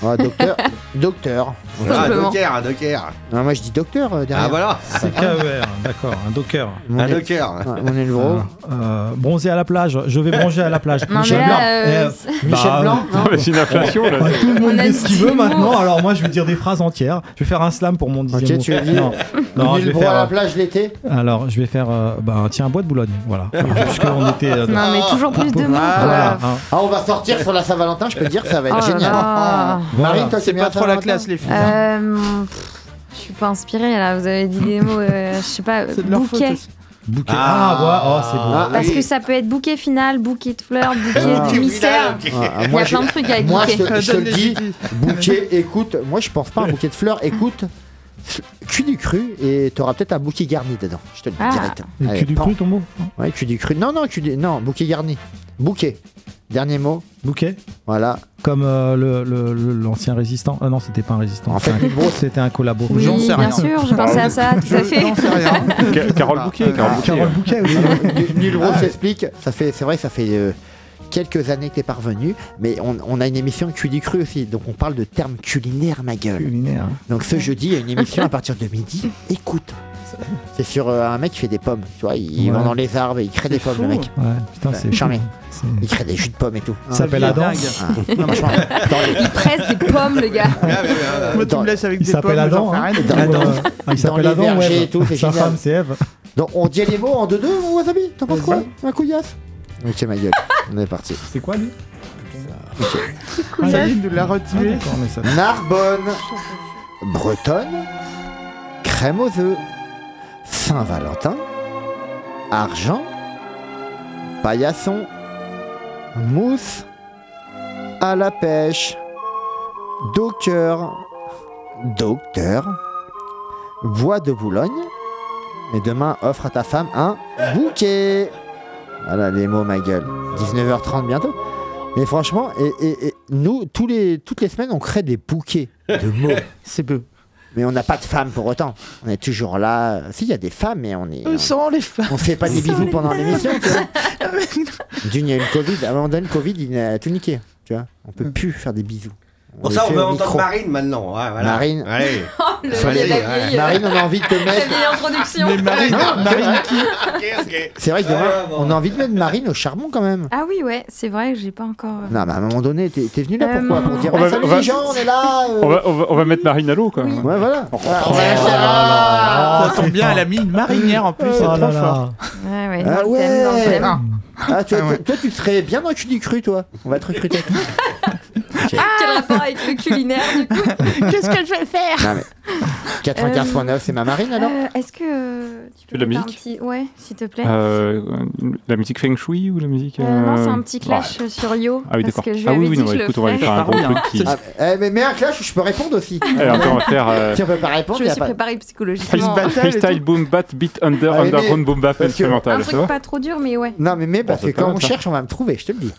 Ouais, docteur. docteur. Ah, Simplement. Docker, un Docker. Non, moi je dis docteur euh, Ah, derrière. voilà. C'est KER, d'accord, un docker. Mon Un é- Docker. Ah. Ouais, mon élevro. Ah. Euh, bronzer à la plage, je vais bronzer à la plage. Non, mais Blanc. là, euh, Eh, Michel bah, Blanc Non, mais c'est une inflation, là. Ouais, tout le monde On a dit ce dit qu'il dix veut mots. maintenant, alors moi je vais dire des phrases entières. Je vais faire un slam pour mon dixième Ok, mot. tu veux dire Non, non Mon je vais élevro faire, à la euh, plage l'été Alors je vais faire. euh, ben, tiens, bois de Boulogne, voilà. Puisqu'on était. euh, Non, mais toujours plus de mots. voilà, quoi. hein. Ah, on va sortir sur la Saint-Valentin, je peux dire, ça va être Ah, Oh là génial. là. Marine, toi, C'est t'aimes bien pas trop la Saint-Valentin classe, les filles. Euh, pff, Je suis pas inspirée là, vous avez dit des mots, euh, je sais pas, C'est de leur faute. bouquet. aussi. Bouquet. Ah, voilà. Oh, c'est beau. Parce que ça peut être bouquet final, bouquet de fleurs, bouquet Ah. de mystère. Ah, ah, Il y moi, a je- plein de trucs avec Moi, bouquet. je te, je te le dis, bouquet, écoute. Moi, je pense pas à un bouquet de fleurs, écoute. Cul du cru et t'auras peut-être un bouquet garni dedans. Je te le dis Ah. direct. Le Allez, cul du prends. cru, ton mot hein, Ouais, cul du cru. Non, non, cul du... non, bouquet garni. Bouquet. Dernier mot. Bouquet. Voilà. Comme euh, le- le- le- l'ancien résistant. Ah non, c'était pas un résistant. En fait, c'était un- Bibro, c'était un collabo. Oui, bien sûr, je pensais à ça, tout à fait. Ca- Carole Bouquet, Carole Bouquet. Carole Bouquet aussi. Nul Ah, ouais. s'explique. Ça fait, c'est vrai, que ça fait euh, quelques années que t'es parvenu, mais on, on a une émission cul du cru aussi, donc on parle de termes culinaires, ma gueule. Culinaire. hein. Donc ce jeudi, il y a une émission à partir de midi. Écoute. C'est sur euh, un mec qui fait des pommes, tu vois, il Ouais. va dans les arbres, et il crée des pommes, le mec. Ouais, putain, c'est Charmé. c'est- Il crée des jus de pommes et tout. Ça s'appelle la danse. Ah. Non, franchement, dans les- Il presse des pommes, le gars. Ah, Moi, tu Dans- me laisses avec Il des s'appelle pommes, Adam. j'en fais hein. rien. Dans- Ou, euh, dans Il s'appelle les Adam ou vergers Ève et tout, c'est Sa génial. femme, c'est Ève. Donc on dit les mots en deux deux, mon wasabi T'en penses quoi Un couillasse Ok, ma gueule, on est parti. C'est quoi, lui Ah, Ça, il nous l'a retiré. D'accord, mais ça- Narbonne, Bretonne, Crème aux œufs, Saint-Valentin, Argent, Paillasson, Mousse, à la pêche, Docker, Docteur, Bois de Boulogne, et demain offre à ta femme un bouquet. Voilà les mots, ma gueule. 19h30 bientôt. Mais franchement, et, et- et nous, tous les, toutes les semaines, on crée des bouquets de mots. C'est peu. Mais on n'a pas de femmes pour autant. On est toujours là. Si, il y a des femmes, mais on est. Eux sont les femmes. On fait pas des bisous pendant l'émission, tu vois. D'une, il y a eu le Covid. À un moment donné, le Covid, il a tout niqué. Tu vois, on peut plus faire des bisous. Bon, les ça, on fait va au entendre micro. Marine maintenant. Ouais, voilà. Marine. Allez. Le Soyez, la ouais. vieille, euh, Marine, on a envie de te la mettre. vieille introduction. Mais Marine, Non, Marine qui C'est vrai que demain, Ah, bon. on a envie de mettre Marine au charbon quand même. Ah oui, ouais, c'est vrai, j'ai pas encore. Non, mais à un moment donné, t'es t'es venu là Euh, pourquoi Pour dire on va- eh, Salut on va- les gens, on est là euh. On va, on, va, on va mettre Marine à l'eau, quoi. Ouais, voilà. Ah, Ça tombe Ah, bien, elle a mis une marinière en plus, c'est Oh là trop fort. là. Ouais, ouais, Ah dans le thème, dans le ouais. thème. Ah, toi, toi- toi, tu serais bien dans le cul du cru, toi. On va te recruter. Ah, Quel rapport avec le culinaire, du coup Qu'est-ce que je vais faire 95.9, c'est ma marine alors Euh, Est-ce que euh, tu peux de la mettre un musique petit... Ouais, s'il te plaît. Euh, la musique Feng Shui ou la musique. Euh, non, c'est euh, un petit clash euh, sur Yo. Ah oui, parce d'accord. que je lui Ah avais oui, oui, dit non, que je écoute, le on va lui ferais. faire un gros ferais. truc qui. Ah, eh, mais, mais un clash, je peux répondre aussi. Allez, après, on va faire euh, Si on peut pas répondre, Je y me a suis pas... préparée Free- psychologiquement. battle et tout. Freestyle Boom Bat Beat Under Ah, mais- Underground Boom Bap parce que- Un instrumental, ça va truc pas trop dur, mais ouais. Non, mais, mais parce ça que peut quand on être ça. cherche, on va me trouver, je te le dis.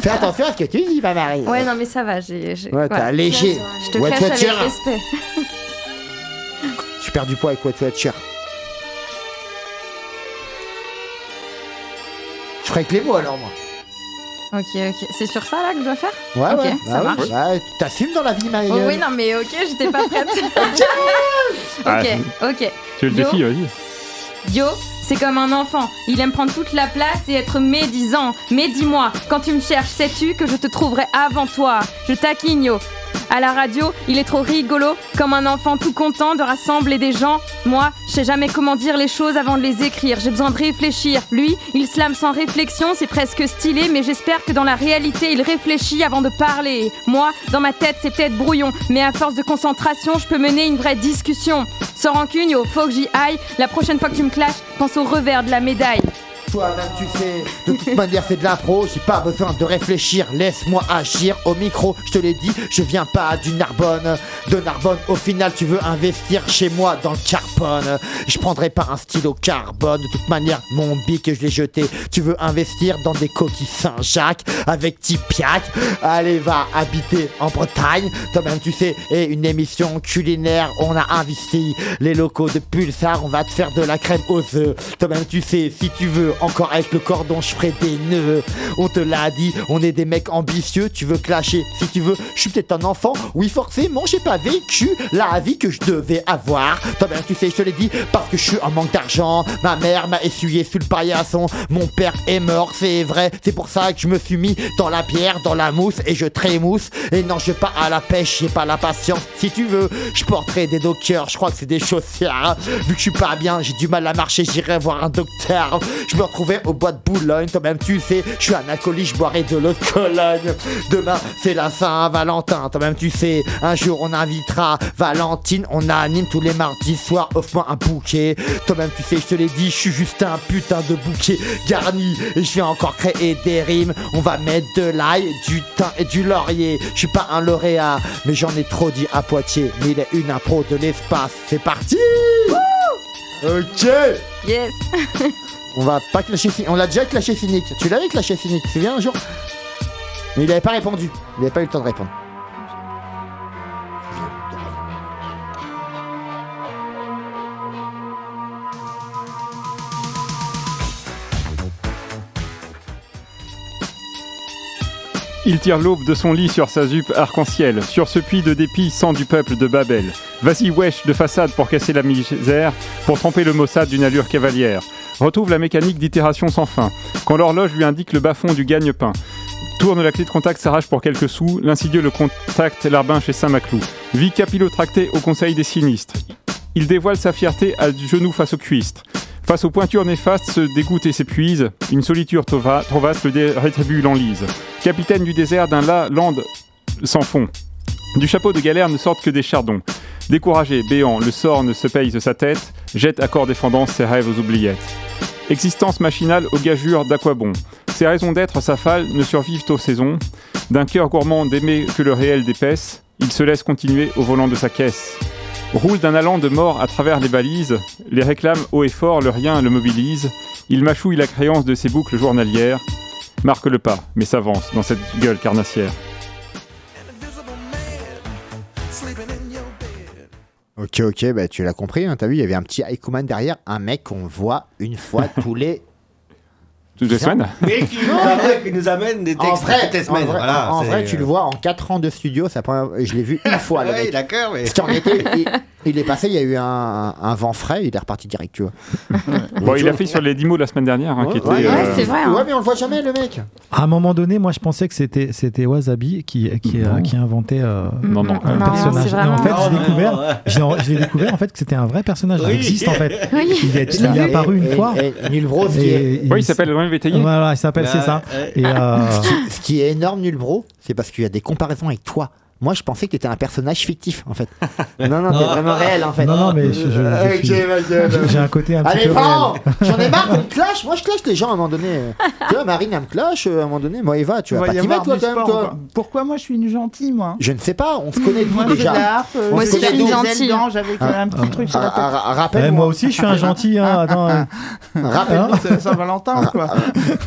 Fais attention à ce que tu dis, ma marine. Ouais, non, mais ça va. j'ai j'ai- Ouais, t'as voilà. léger. Je te What clash what avec you're- respect. Je perds du poids avec quoi tu vas être cher. Je ferai avec les mots alors, moi. Ok, ok. C'est sur ça, là, que je dois faire Ouais, Ok, ouais. ça ouais, marche. ouais, T'assumes dans la vie, ma Oh gueule. Oui, non, mais ok, j'étais pas prête. Ah, ok, ok. Tu veux le Yo. défi, vas-y. Yo, c'est comme un enfant. Il aime prendre toute la place et être médisant. Mais dis-moi, quand tu me cherches, sais-tu que je te trouverai avant toi Je taquine, yo. À la radio, il est trop rigolo, comme un enfant tout content de rassembler des gens. Moi, je sais jamais comment dire les choses avant de les écrire, j'ai besoin de réfléchir. Lui, il slame sans réflexion, c'est presque stylé, mais j'espère que dans la réalité, il réfléchit avant de parler. Moi, dans ma tête, c'est peut-être brouillon, mais à force de concentration, je peux mener une vraie discussion. Sans rancune, yo, faut que j'y aille. La prochaine fois que tu me clashes, pense au revers de la médaille. Toi-même, tu sais, de toute manière, c'est de l'impro. J'ai pas besoin de réfléchir. Laisse-moi agir au micro. Je te l'ai dit, je viens pas du Narbonne. De Narbonne, au final, tu veux investir chez moi dans le carbone. Je prendrai pas un stylo carbone. De toute manière, mon bic, je l'ai jeté. Tu veux investir dans des coquilles Saint-Jacques avec Tipiac. Allez, va habiter en Bretagne. Toi-même, tu sais, et une émission culinaire. On a investi les locaux de Pulsar. On va te faire de la crème aux œufs. Toi-même, tu sais, si tu veux, encore avec le cordon, je ferai des nœuds. On te l'a dit, on est des mecs ambitieux. Tu veux clasher si tu veux. Je suis peut-être un enfant. Oui, forcément, j'ai pas vécu la vie que je devais avoir. Toi-même, tu sais, je te l'ai dit, parce que je suis en manque d'argent. Ma mère m'a essuyé sous le paillasson. Mon père est mort, c'est vrai. C'est pour ça que je me suis mis dans la pierre, dans la mousse et je trémousse. Et non, je vais pas à la pêche, j'ai pas la patience. Si tu veux, je porterai des hein, dockers. Je crois que c'est des chaussières. Vu que je suis pas bien, j'ai du mal à marcher, j'irai voir un docteur. Je me retrouver au bois de Boulogne. Toi-même, tu sais, je suis un alcoolique, je boirai de l'eau de Cologne. Demain, c'est la Saint-Valentin. Toi-même, tu sais, un jour, on invitera Valentine. On anime tous les mardis soirs. Offre-moi un bouquet. Toi-même, tu sais, je te l'ai dit, je suis juste un putain de bouquet garni. Et je vais encore créer des rimes. On va mettre de l'ail, du thym et du laurier. Je suis pas un lauréat, mais j'en ai trop dit à Poitiers. Mais il est une impro de l'espace. C'est parti! Ok Yes On va pas clasher Cynic. On l'a déjà clashé Cynic. Tu l'avais clashé Cynic, tu te souviens un jour Mais il avait pas répondu. Il avait pas eu le temps de répondre. Il tire l'aube de son lit sur sa jupe arc-en-ciel, sur ce puits de dépit sang du peuple de Babel. Vas-y wesh de façade pour casser la misère, pour tremper le Mossad d'une allure cavalière. Retrouve la mécanique d'itération sans fin, quand l'horloge lui indique le bas-fond du gagne-pain. Tourne la clé de contact, s'arrache pour quelques sous, l'insidieux le contacte l'arbin chez Saint-Maclou. Vie capillotractée au conseil des sinistres. Il dévoile sa fierté à du genou face au cuistre. Face aux pointures néfastes, se dégoûte et s'épuise. Une solitude trop va- trop vaste le dé- rétribue l'enlise. Capitaine du désert d'un la land sans fond. Du chapeau de galère ne sortent que des chardons. Découragé, béant, le sort ne se paye de sa tête, jette à corps défendant ses rêves aux oubliettes. Existence machinale aux gageures d'aquabon. Ses raisons d'être s'affalent, ne survivent aux saisons. D'un cœur gourmand d'aimer que le réel dépaisse, il se laisse continuer au volant de sa caisse. Roule d'un allant de mort à travers les balises, les réclame haut et fort, le rien le mobilise, il mâchouille la créance de ses boucles journalières, marque le pas, mais s'avance dans cette gueule carnassière. Ok, ok, bah tu l'as compris, hein, t'as vu, il y avait un petit Aikuman derrière, un mec qu'on voit une fois tous les. Toutes les semaines Mais qui nous amène, qui nous amène des En textes vrai, toutes les semaines. en vrai, voilà, en c'est- euh, vrai, tu le vois en 4 ans de studio, c'est la première- je l'ai vu une fois. le Ouais, mec. d'accord, mais- Parce qu'en été, il, il est passé, il y a eu un, un vent frais, il est reparti direct, tu vois. Bon, il a fait sur les 10 mots de la semaine dernière, hein, qui était. euh, Ouais, hein. mais on le voit jamais, le mec. À un moment donné, moi, je pensais que c'était c'était Wasabi qui qui, euh, qui inventait euh, non. un Non, personnage. c'est Et en fait, vraiment- j'ai Non, découvert, non, ouais. j'ai en- je l'ai découvert en fait que c'était un vrai personnage. Il Oui. existe en fait. Oui. Il est, il est Et- apparu une et- fois. et Neil Brose qui est- Ouais, il s'appelle Laurent Vétaillé. Voilà, il s'appelle, c'est ça. Et, euh, ce, qui, ce qui est énorme, nul bro, c'est parce qu'il y a des comparaisons avec toi. Moi, je pensais que t'étais un personnage fictif, en fait. Non, non, t'es vraiment réel, en fait. Euh, Non, non, mais je- je- je Ok, suis- ma gueule. j'ai- j'ai un côté un petit Allez, peu prends J'en ai marre qu'on me clash. Moi, je clash les gens à un moment donné. tu vois, Marine, elle me clash. euh, À un moment donné, moi, Eva, Il tu vas va pas y t'y mettre, avoir toi, du quand même, sport, toi. quoi. Pourquoi moi je suis une gentille, moi hein Je ne sais pas, on se connaît Moi, tous j'ai de déjà. la harpe, On moi se aussi, connaît j'ai tous. une gentille d'ange avec Ah, un petit truc sur la ah, ah, ah, tête. rappelle-moi. Eh, moi aussi, je suis un gentil. Hein, attends, hein. Rappelle-nous, c'est euh, Ah. Saint-Valentin, quoi.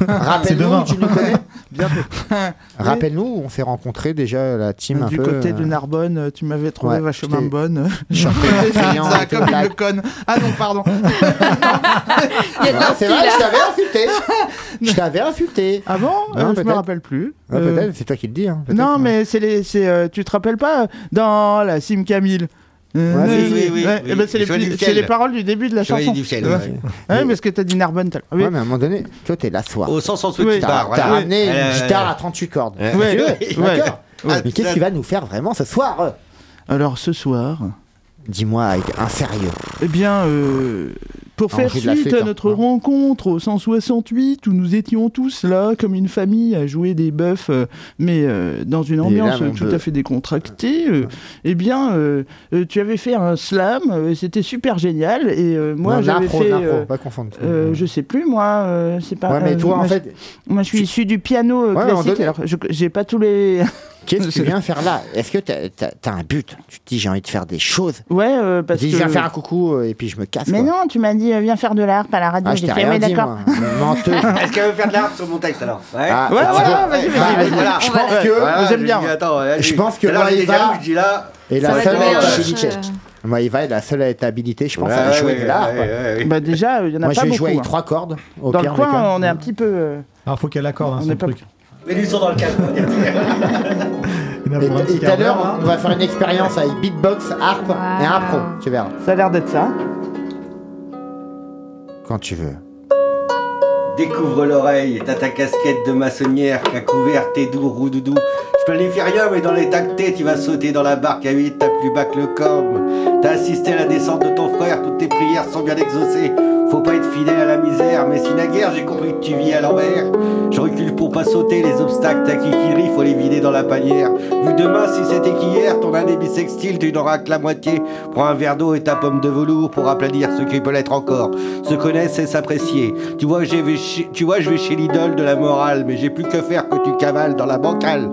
Rappelle-nous, demain. tu nous connais. Bientôt. Rappelle-nous, on s'est rencontrés déjà, la team un du peu. côté euh, de Narbonne, euh, tu m'avais trouvé Ouais, vachement j'étais- bonne. J'en fais Ça, criant et tout, comme là. une conne. Ah non, pardon. Il y a de Ah, c'est vrai, je l'inspi, là. t'avais insulté. Je t'avais insulté. Ah bon Non, Euh, Je me peut-être. rappelle plus. Ouais, Euh, peut-être, c'est toi qui le dis. Hein, peut-être. non, mais c'est les, c'est, euh, tu te rappelles pas euh, dans la Sim Camille Euh, Ouais, si, si, ouais, oui, ouais, oui. eh ben, c'est les, Johnny plus- Mitchell. c'est les paroles du début de la Johnny chanson. Mitchell, Ouais. ouais. Ouais, Mais- parce que t'as dit Narbonne. tout à l'heure. Ouais, Oui. mais à un moment donné, toi, t'es la soirée. Au sens en T'as dessous de guitare, Bah, t'as voilà. Euh, ramené Ouais. une guitare Ouais. à 38 cordes. Ouais. Tu veux, Ouais. d'accord Ouais. Mais qu'est-ce qu'il va nous faire vraiment ce soir euh Alors ce soir, Dis-moi avec un sérieux. eh bien, euh, pour Ah, faire j'ai de la suite flûte, à hein. notre rencontre au 168 où nous étions tous là comme une famille à jouer des bœufs, euh, mais euh, dans une Et là, ambiance mon euh, tout bœuf. à fait décontractée, euh, eh bien, euh, euh, tu avais fait un slam, euh, c'était super génial, et euh, moi Non, j'avais l'impro, fait... l'impro, euh, pas confondre. euh, je sais plus, moi, euh, c'est pas. Ouais, mais euh, toi, moi, en je- fait- Moi, je suis issu du piano euh, Ouais, à un moment classique, donné- alors je- j'ai pas tous les. Qu'est-ce que tu viens faire là Est-ce que t'as t'as- t'as un but Tu te dis, j'ai envie de faire des choses. Ouais, euh, parce Tu dis, que. je viens faire un coucou euh, et puis je me casse. Mais quoi. non, tu m'as dit, euh, viens faire de l'art à la radio. Ah, je j'ai t'ai fait, rien ouais, dit, d'accord. moi. Menteux. Est-ce qu'elle veut faire de l'art sur mon texte alors Ouais, Ah, Ouais, tu voilà, vois. vas-y, vas-y, Bah, vas-y. voilà, je On va- pense que- Voilà, j'aime j'ai bien. dit, attends, ouais, Je j'ai- pense que tout à l'heure, moi, j'étais Eva- jaloux, je dis là. Et Ça la va seule être dommage, habilité, euh. moi, Eva est la seule à être habilitée, je pense, à Ouais, jouer ouais, de l'art. ouais, quoi. ouais, ouais. Bah, déjà, il y en a Moi, pas je vais beaucoup. jouer avec hein. trois cordes. Au Dans pire, le on déconne. coin, on est un petit peu. euh, Alors, faut qu'elle accorde hein, On son est pas- truc. Mais du son dans le casque. on va dire. Il a Et, pour un et petit tout à quart d'heure, l'heure, hein. on va faire une expérience avec beatbox, harpe et impro. Tu verras. Ça a l'air d'être ça. Quand tu veux. Découvre l'oreille, t'as ta casquette de maçonnière qui a couvert tes doux roudoudou. Je planifie rien, mais dans les tactés, tu vas sauter dans la barque à 8, t'as plus bas que le corps. T'as assisté à la descente de ton frère, toutes tes prières sont bien exaucées. Faut pas être fidèle à la misère, mais si naguère j'ai compris que tu vis à l'envers. Je recule pour pas sauter les obstacles, ta il faut les vider dans la panière. Vu demain, si c'était qu'hier, ton année bisextile, tu n'auras que la moitié. Prends un verre d'eau et ta pomme de velours pour applaudir ce qui peut l'être encore. Se connaître et s'apprécier. Tu vois, j'ai vais chez- tu vois, je vais chez l'idole de la morale, mais j'ai plus que faire que tu cavales dans la bancale.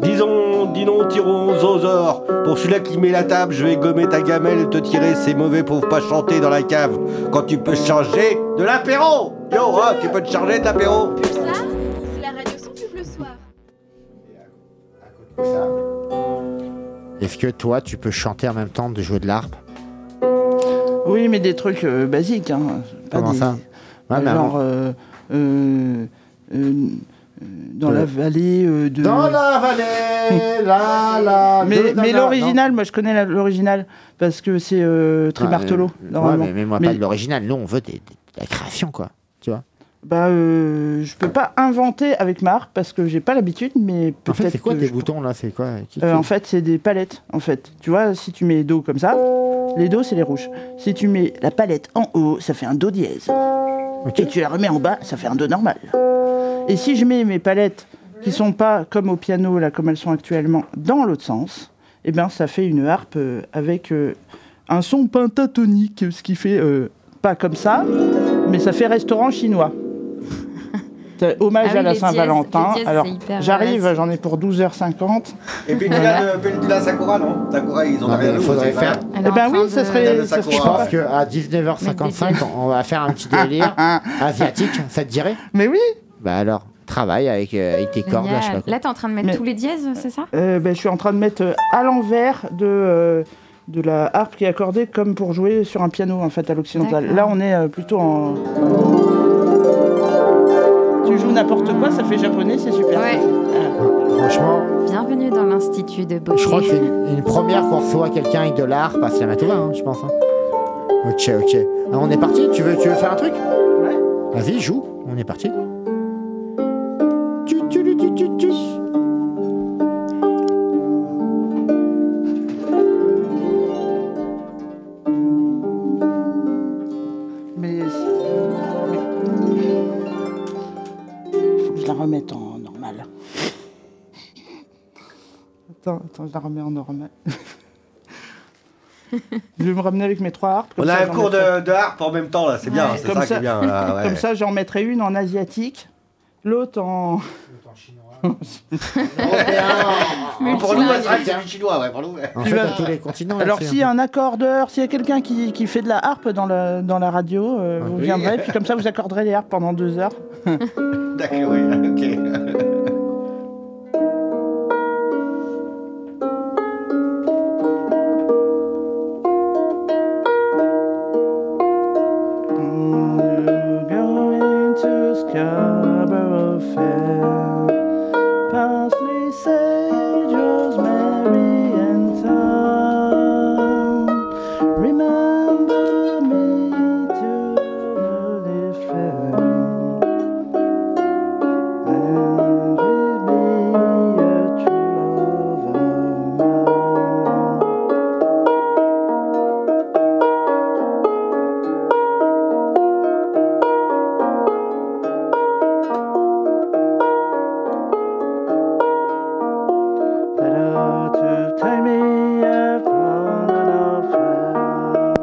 Disons, disons, tirons aux ors. Pour celui-là qui met la table, je vais gommer ta gamelle et te tirer ces mauvais pauvres pas chanter dans la cave. Quand tu peux changer de l'apéro Yo, hein, tu peux te charger de l'apéro Pulsar, c'est la radio sans pub le soir. Est-ce que toi, tu peux chanter en même temps de jouer de l'harpe Oui, mais des trucs euh, basiques. Hein. Pas Comment des- ça Ouais, mais Genre, avant- euh, euh, euh, euh, dans Euh, la vallée euh, de. Dans la vallée, la la. Mais, de- mais non, non, l'original, moi je connais la- l'original parce que c'est euh, non. Trimartolo. Ouais, normalement. mais, mais moi, pas de l'original. Nous, on veut des- des- de la création, quoi. Tu vois Bah, euh, je peux pas inventer avec Marc parce que j'ai pas l'habitude, mais En fait, peut-être. c'est quoi que tes euh, je- boutons, là C'est quoi qui- Euh, qui- en fait, c'est des palettes. En fait, tu vois, si tu mets do comme ça, les do c'est les rouges. Si tu mets la palette en haut, ça fait un do dièse. Et tu la remets en bas, ça fait un do normal. Et si je mets mes palettes qui sont pas comme au piano là, comme elles sont actuellement, dans l'autre sens, eh ben ça fait une harpe euh, avec euh, un son pentatonique, ce qui fait euh, pas comme ça, mais ça fait restaurant chinois. C'est Hommage Ah oui, à la les dièses, Saint-Valentin. les dièses, Alors, c'est hyper j'arrive, balèze. j'en ai pour 12h50. Et puis tu l'as de Peltula Sakura, non Sakura, ils euh, en Non, mais ont rien à il foutre, faudrait c'est faire. pas- Eh ben oui, ça serait. de- ça Je serait- pense qu'à 19h55, on on va faire un petit délire asiatique, ça te dirait Mais oui Bah alors, travaille avec, euh, avec tes cordes, là, je sais pas Génial. quoi. Là, t'es en train de mettre Mais- tous les dièses, c'est ça Euh, ben, je suis en train de mettre euh, à l'envers de, euh, de la harpe qui est accordée comme pour jouer sur un piano en fait à l'occidental. D'accord. Là on est euh, plutôt en. Tu joues n'importe quoi, ça fait japonais, c'est super. Ouais. Franchement, Bienvenue dans l'Institut de Beauté. je crois que c'est une, une première qu'on reçoit quelqu'un avec de l'art, parce que la matouva, hein, je pense. hein. Ok, ok. Ah, on est parti tu veux, tu veux faire un truc Vas-y, joue, on est parti. Tu, tu, tu, tu, tu, tu. Mais. Faut que je la remette en normal. Attends, attends, je la remets en normal. je vais me ramener avec mes trois harpes. comme On a ça, un j'en cours mettrai- de, de harpe en même temps, là, c'est bien, c'est Comme ça, qui est bien. là, ouais. comme ça, j'en mettrai une en asiatique, l'autre en. Mais pour nous, c'est vrai que c'est du chinois, ouais, pour nous. En Tu fait, vas- à tous les continents. Alors hein. là, c'est- s'il y a un accordeur, s'il y a quelqu'un qui, qui fait de la harpe dans, la- dans la radio, euh, vous Oui. viendrez, puis comme ça vous accorderez les harpes pendant deux heures. D'accord, oui, ok. Going to Scarborough Fair, parsley, sage, rosemary, and thyme. Remember me to the fair, and we'll be a true lover now. Hello to take me upon an offer.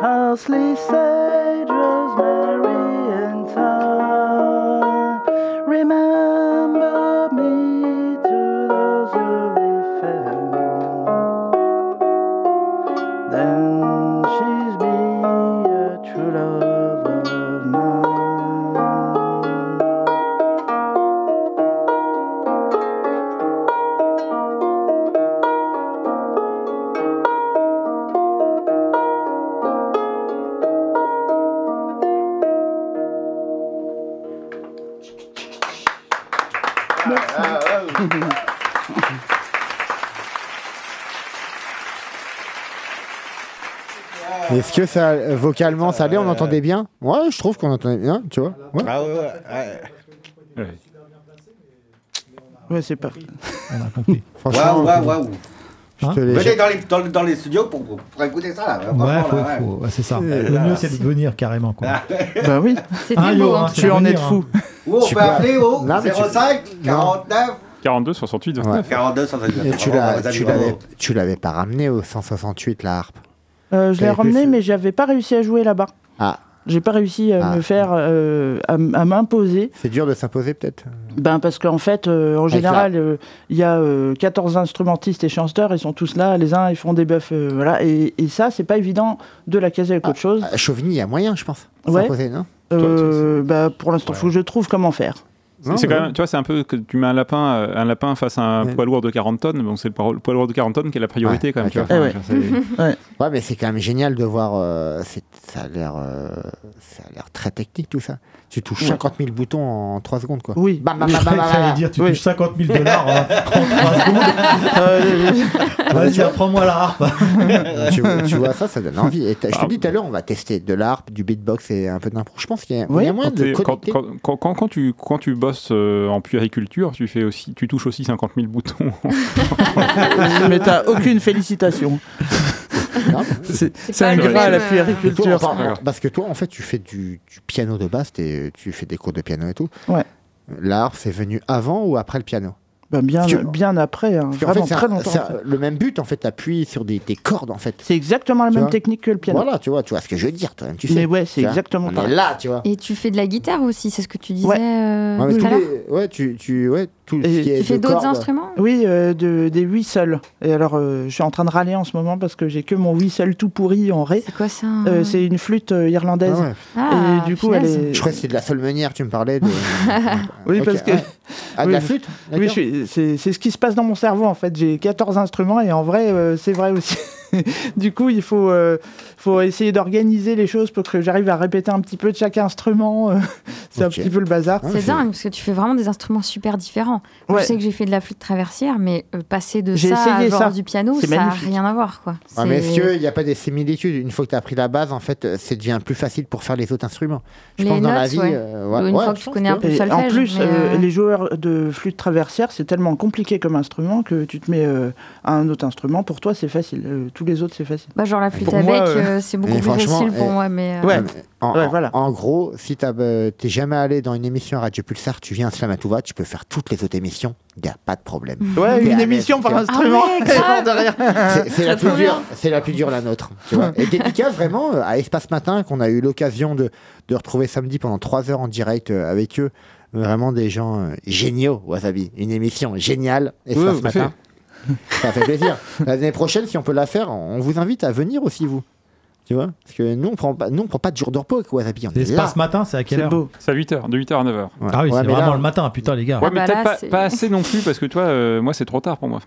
Parsley, sage, rosemary, and thyme. Remember me to those who live fair. Then she's be a true love of mine. Est-ce que ça, euh, vocalement, ça allait On entendait bien Ouais, je trouve qu'on entendait bien, tu vois. Ouais. Ah ouais, ouais, ouais. Ouais, c'est parti. Franchement, Ah, Waouh, waouh, waouh. Hein te l'ai- Venez dans les, dans, les- dans les studios pour, pour, pour écouter ça. Là, vraiment, Ouais, là, faut- ouais. faut- ouais, c'est ça. Euh, Le là, mieux, là. c'est de venir carrément. Quoi. Bah oui. C'était Hein, beau, Johan, hein. faut Tu en venir, es hein. fou. Ou on Tu peut peux- appeler au Non, mais tu- 05 49 42, 68, 29. 42, Bah, 69. Et tu Bravo, l'as- les amis, tu l'avais- bravo. tu l'avais pas ramené au 168, la harpe. Euh, je l'ai T'avais plus ramené, mais j'avais pas réussi à jouer là-bas. Ah, J'ai pas réussi à Ah. me faire, euh, à, m- à m'imposer. c'est dur de s'imposer peut-être Ben parce qu'en fait, euh, en Avec général, euh, il y a euh, 14 instrumentistes et chanteurs, ils sont tous là, les uns ils font des bœufs, euh, voilà. Et, et ça, c'est pas évident de la caser Ah. avec autre chose. À Euh, Chauvigny, il y a moyen, je pense. Ouais. S'imposer, non Euh, bah, pour l'instant, faut que je trouve comment faire. C'est- c'est quand même, tu vois, c'est un peu que tu mets un lapin, euh, un lapin face à un Ouais. poids lourd de 40 tonnes. Bon, c'est le poids le poids lourd de 40 tonnes qui est la priorité quand même. tu vois. d'accord. Enfin, c'est- ouais. mais c'est quand même génial de voir. euh, c'est- ça a l'air, euh, ça a l'air très technique tout ça. Tu touches Ouais. 50 000 boutons en 3 secondes quoi. Oui. Bam, bam, Je bam, bam, croyais bam, que t'allais bam. dire, tu bah, Oui. touches 50 000 dollars en, Euh, en 3 secondes. Vas-y, apprends-moi la harpe. tu, vois- tu vois ça, ça donne envie. Et t'as- je te dis tout à l'heure, on va tester de l'harpe, du beatbox et un peu d'impro. Je pense qu'il y a, il y a moyen Quand de t'es- quand, connecter. quand- quand- quand- quand tu, quand tu bosses euh, en puériculture, tu, fais aussi, tu touches aussi 50 000 boutons. euh, mais t'as aucune félicitation. Non. C'est c'est un gras euh, à la puériculture. Toi, par- parce que toi, en fait, tu fais du, du piano de basse, t'es- tu fais des cours de piano et tout. Ouais. L'harpe, c'est venu avant ou après le piano Ben, bien, Parce que- bien après, hein, Parce qu'en vraiment fait, c'est très un- longtemps. c'est un- après. le même but, en fait, t'appuies sur des, des cordes, en fait. C'est exactement la Tu même vois technique que le piano. Voilà, tu vois, tu vois ce que je veux dire, toi-même, tu sais. Mais ouais, c'est Tu vois exactement On est pareil. là, tu vois. Et tu fais de la guitare aussi, c'est ce que tu disais Ouais. euh, Ouais, mais tout tous à l'heure. les- ouais, tu, tu, ouais, tout ce Et- qui est de cordes. Oui, euh, de- des whistles. Et alors, euh, je suis en train de râler en ce moment parce que j'ai que mon whistle tout pourri en ré. C'est quoi ça hein Euh, C'est une flûte euh, irlandaise. Ah ouais. Et du coup, elle est. Je crois que c'est de la seule manière, tu me parlais de. Oui, Ok, parce que. ouais. Ah, de Oui, la je- flûte Oui, je suis- c'est c'est ce qui se passe dans mon cerveau en fait. J'ai 14 instruments et en vrai, euh, c'est vrai aussi. du coup, il faut, euh, faut essayer d'organiser les choses pour que j'arrive à répéter un petit peu de chaque instrument. euh, c'est Ok. un petit peu le bazar. C'est dingue parce que tu fais vraiment des instruments super différents. Moi, Ouais. Je sais que j'ai fait de la flûte traversière, mais euh, passer de J'ai ça à essayé genre ça. du piano, C'est ça n'a magnifique. rien à voir quoi. Ah, mais C'est- est-ce qu'il n'y a pas des similitudes Une fois que tu as pris la base, en fait, euh, ça devient plus facile pour faire les autres instruments. Je Les pense dans la notes, vie. ouais. euh, ouais, Ou une ouais, fois que tu je pense connais un peu le Et solfège. en plus, mais, euh, euh, les joueurs de flûte traversière, c'est tellement compliqué comme instrument que tu te mets euh, à un autre instrument. Pour toi, c'est facile. Euh, tous les autres, c'est facile. bah, genre la flûte Pour avec, moi, euh, euh, c'est beaucoup Mais plus franchement, facile pour eh, moi, mais. euh, Ouais. En, Ouais, en- voilà. en gros, si t'as, euh, t'es jamais allé dans une émission à Radio Pulsar, tu viens à Slamatouva, tu peux faire toutes les autres émissions, il n'y a pas de problème. Ouais, une T'es à l'aise, émission par tu vois. instrument. Ah, ouais, grave. C'est- C'est la Hein, Ça plus prend dure, bien. c'est la plus dure la nôtre. tu vois. Et délicat vraiment euh, à Espace Matin qu'on a eu l'occasion de, de retrouver samedi pendant 3 heures en direct euh, avec eux. Vraiment des gens euh, géniaux, Wasabi. Une émission géniale, Espace tout à Matin. Ça fait plaisir. L'année prochaine, si on peut la faire, on vous invite à venir aussi vous. Tu vois Parce que nous on prend pas, nous on prend pas de jour de repos avec Wasabi. On est là. L'espace matin, c'est à quelle C'est heure beau. C'est à 8h, de 8h à 9h. Ah oui, Ouais, c'est mais là- vraiment le matin, putain, les gars. Ouais, mais bah peut-être là, pas, c'est- pas assez non plus, parce que toi, euh, moi, c'est trop tard pour moi.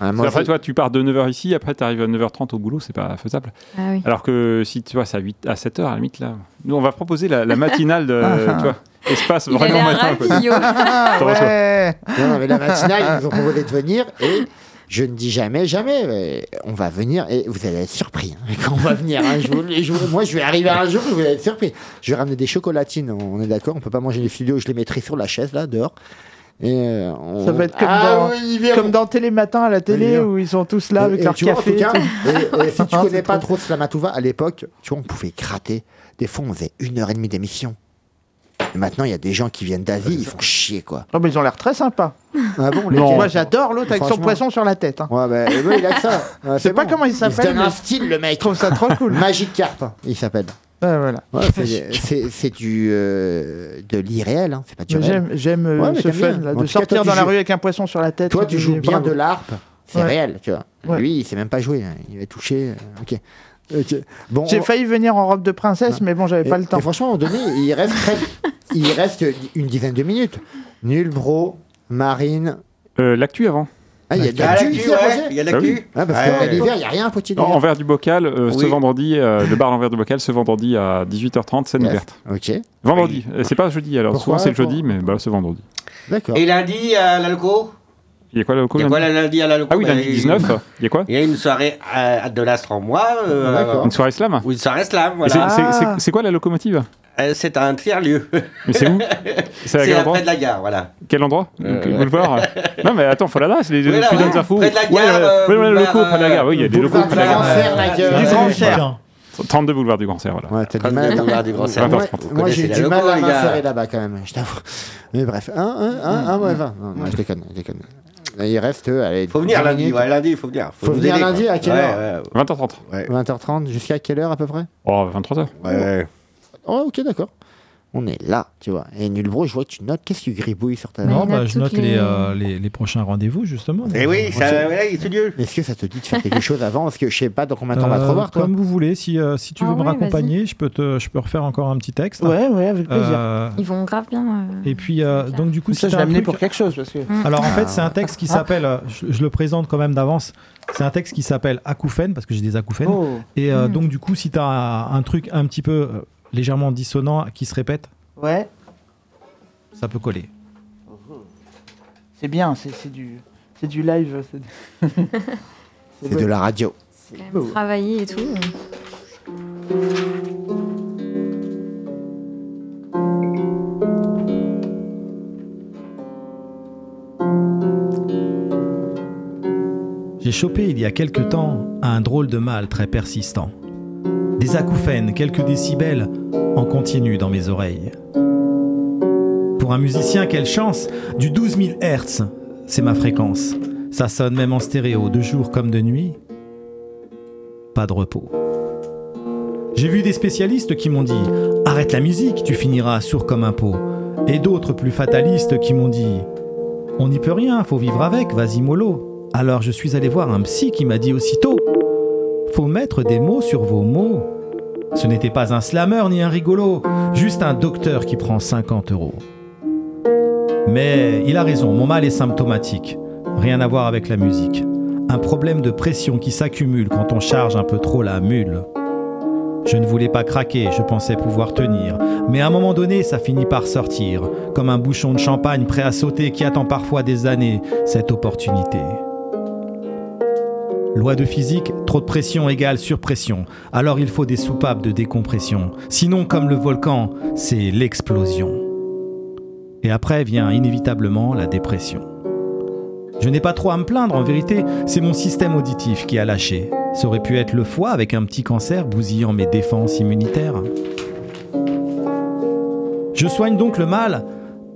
Ah, moi, Parce qu'après, je- toi, tu pars de 9h ici, après, tu arrives à 9h30 au boulot, c'est pas faisable. Ah oui. Alors que si tu vois, c'est à, 8, à 7h, à la limite, là. Nous, on va proposer la, la matinale de. tu vois, espace Il a vraiment l'air matin. quoi. ravi, oh. T'en reçois. Non, non, mais la matinale, ils nous ont proposé de venir et je ne dis jamais, jamais. mais on va venir et vous allez être surpris hein, quand on va venir. hein, je vous le- je vous- moi, je vais arriver un jour et vous allez être surpris. Je vais ramener des chocolatines, on est d'accord On peut pas manger les studios, je les mettrai sur la chaise, là, dehors. Et euh, on- Ça va être comme, Ah dans, oui, ils verront. comme dans Télématin à la télé verront. où ils sont tous là avec Et leur tu vois, en café. tout cas, tout. et- et si tu Ah, connais c'est pas trop trop Slamatouva, à l'époque, tu vois, on pouvait gratter. Des fois, on faisait une heure et demie d'émission. Et maintenant, il y a des gens qui viennent d'Asie, ils font chier, quoi. Oh, mais ils ont l'air très sympas. Ah bon, les gars Moi, j'adore l'autre avec son Franchement. poisson sur la tête. hein. Ouais, bah, et ouais, il a que ça. Ouais, Je sais pas comment il Il s'appelle, se donne un mais- style, le mec. Je trouve ça trop cool. Magic Carp, il s'appelle. Ouais, voilà. Ouais, c'est- c'est c'est du euh, de l'irréel, hein. c'est pas du Mais réel. J'aime j'aime, euh, Ouais, mais ce t'aimes fun bien. là, de En tout cas, sortir toi, tu dans la joues- rue avec un poisson sur la tête. Toi, tu c'est- joues bien bravo. de l'harpe, c'est Ouais. réel, tu vois. Ouais. Lui, il sait même pas jouer, hein. il va toucher. euh, Ok. Ok. Bon, J'ai on- failli venir en robe de princesse, mais bon, j'avais Oh. et- pas le temps. et franchement, à un moment donné, il reste, très- il reste une dizaine de minutes. Nul bro, Marine. Euh, L'actu avant. Ah, il y a de Ah, la l'actu, thune, c'est ouais, Roger il y a de Ah l'actu. oui. Ah, parce Ouais. que l'hiver, il n'y a rien à Poitiers. En, en verre du bocal, euh, ce Oui. vendredi, euh, le bar en verre du bocal, ce vendredi à 18h30, scène Yes. ouverte. Ok, Vendredi, Euh, c'est pas jeudi, alors Pourquoi, souvent c'est le pourquoi jeudi, mais bah, là, c'est vendredi. d'accord. Et lundi à l'alco Il y a quoi là au Il y a lundi quoi là, lundi à l'alco Ah oui, Bah, lundi il- 19, il y a quoi Il y a une soirée euh, de l'astre en moi. euh, D'accord. Une soirée slam Ou une soirée slam, Et c'est- voilà. c'est- c'est- C'est quoi la locomotive Euh, c'est un tiers-lieu. Mais c'est où C'est à C'est quel après endroit de la gare, voilà. Quel endroit Euh, Donc, Boulevard Non, mais attends, faut l'adresse, les Oui, là, plus ouais. donnes infos. Près de la gare, Ouais, ouais, euh, ouais, ouais, le boulevard, locaux, près de la gare, oui, il y a des locaux boulevard près de la du gare. Grand Cerf, la Ah, gueule. Du Ouais, Grand ouais, Cerf. bien. 32 boulevard du Grand Cerf, voilà. hein. Ouais, du mal. boulevard du Grand Cerf. Moi, Vous moi, j'ai du connaissez la mal logo, à les gars. m'insérer là-bas quand même, je t'avoue. Mais bref, un, un, un, un, ouais, vingt. Non, non, je déconne, je déconne. Et il reste, euh, allez, Faut venir 10 lundi, minutes. ouais, lundi, il faut venir. Faut nous venir aider, lundi, quoi. à quelle Ouais, heure ouais. 20h30. 20h30, jusqu'à quelle heure à peu près Oh, 23h. Ouais. Oh, ok, d'accord. On est là, tu vois. Et Nulbro, je vois que tu notes. Qu'est-ce que tu gribouilles sur ta Non, bah, je note les, euh, les, les prochains rendez-vous, justement. Eh oui, ça- ouais, il Est-ce que ça te dit de faire quelque chose avant Parce que je sais pas, donc on m'attend à te Euh, revoir, toi. Comme vous voulez, si, euh, si tu Ah veux me ouais, raccompagner, je peux, te, je peux refaire encore un petit texte. Ouais, ouais, avec plaisir. Euh, Ils vont grave bien. euh, et puis, euh, donc du coup, ça, si je t'as l'ai un amené truc- pour quelque chose. Parce que... Alors en fait, Ah. c'est un texte qui s'appelle, euh, je, je le présente quand même d'avance, c'est un texte qui s'appelle Acouphène, parce que j'ai des Ben, acouphènes. Oh. Et euh, Mm. donc du coup, si tu as un truc un petit peu euh, légèrement dissonant qui se répète, Ouais, ça peut coller. c'est bien, c'est c'est du, c'est du live. c'est- C'est de la radio. quand même Travailler et tout. euh. J'ai chopé il y a quelque temps un drôle de mal très persistant. Des acouphènes, quelques décibels en continu dans mes oreilles. Pour un musicien, quelle chance Du 12 000 Hertz, c'est ma fréquence. Ça sonne même en stéréo, de jour comme de nuit. Pas de repos. J'ai vu des spécialistes qui m'ont dit « Arrête la musique, tu finiras sourd comme un pot ». Et d'autres plus fatalistes qui m'ont dit « On n'y peut rien, faut vivre avec, vas-y mollo ». Alors je suis allé voir un psy qui m'a dit aussitôt « Faut mettre des mots sur vos mots ». Ce n'était pas un slammer ni un rigolo, juste un docteur qui prend 50 euros. Mais il a raison, mon mal est symptomatique. Rien à voir avec la musique. Un problème de pression qui s'accumule quand on charge un peu trop la mule. Je ne voulais pas craquer, je pensais pouvoir tenir. Mais à un moment donné, ça finit par sortir, comme un bouchon de champagne prêt à sauter qui attend parfois des années cette opportunité. Loi de physique, trop de pression égale surpression. Alors il faut des soupapes de décompression. Sinon, comme le volcan, c'est l'explosion. Et après vient inévitablement la dépression. Je n'ai pas trop à me plaindre, en vérité, c'est mon système auditif qui a lâché. Ça aurait pu être le foie avec un petit cancer bousillant mes défenses immunitaires. Je soigne donc le mal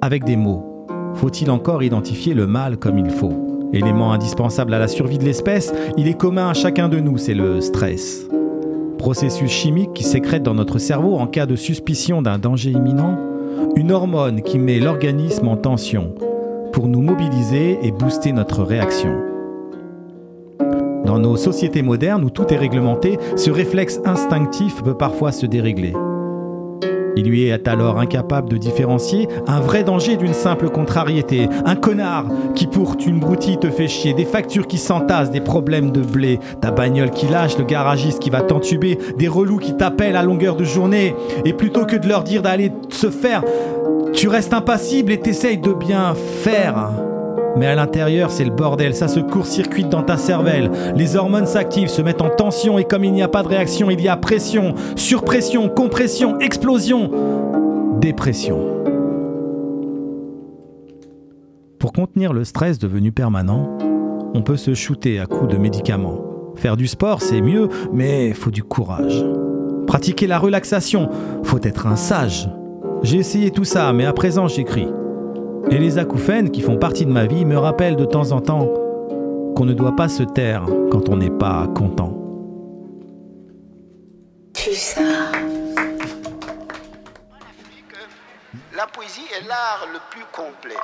avec des mots. Faut-il encore identifier le mal comme il faut Élément indispensable à la survie de l'espèce, il est commun à chacun de nous, c'est le stress. Processus chimique qui sécrète dans notre cerveau en cas de suspicion d'un danger imminent, une hormone qui met l'organisme en tension pour nous mobiliser et booster notre réaction. Dans nos sociétés modernes où tout est réglementé, ce réflexe instinctif peut parfois se dérégler. Il lui est alors incapable de différencier un vrai danger d'une simple contrariété, un connard qui pour une broutille te fait chier, des factures qui s'entassent, des problèmes de blé, ta bagnole qui lâche, le garagiste qui va t'entuber, des relous qui t'appellent à longueur de journée, et plutôt que de leur dire d'aller se faire, tu restes impassible et t'essayes de bien faire. Mais à l'intérieur, c'est le bordel, ça se court-circuite dans ta cervelle. Les hormones s'activent, se mettent en tension et comme il n'y a pas de réaction, il y a pression, surpression, compression, explosion, dépression. Pour contenir le stress devenu permanent, on peut se shooter à coups de médicaments. Faire du sport, c'est mieux, mais faut du courage. Pratiquer la relaxation, faut être un sage. J'ai essayé tout ça, mais à présent j'écris. Et les acouphènes qui font partie de ma vie me rappellent de temps en temps qu'on ne doit pas se taire quand on n'est pas content. Putain. La poésie est l'art le plus complet.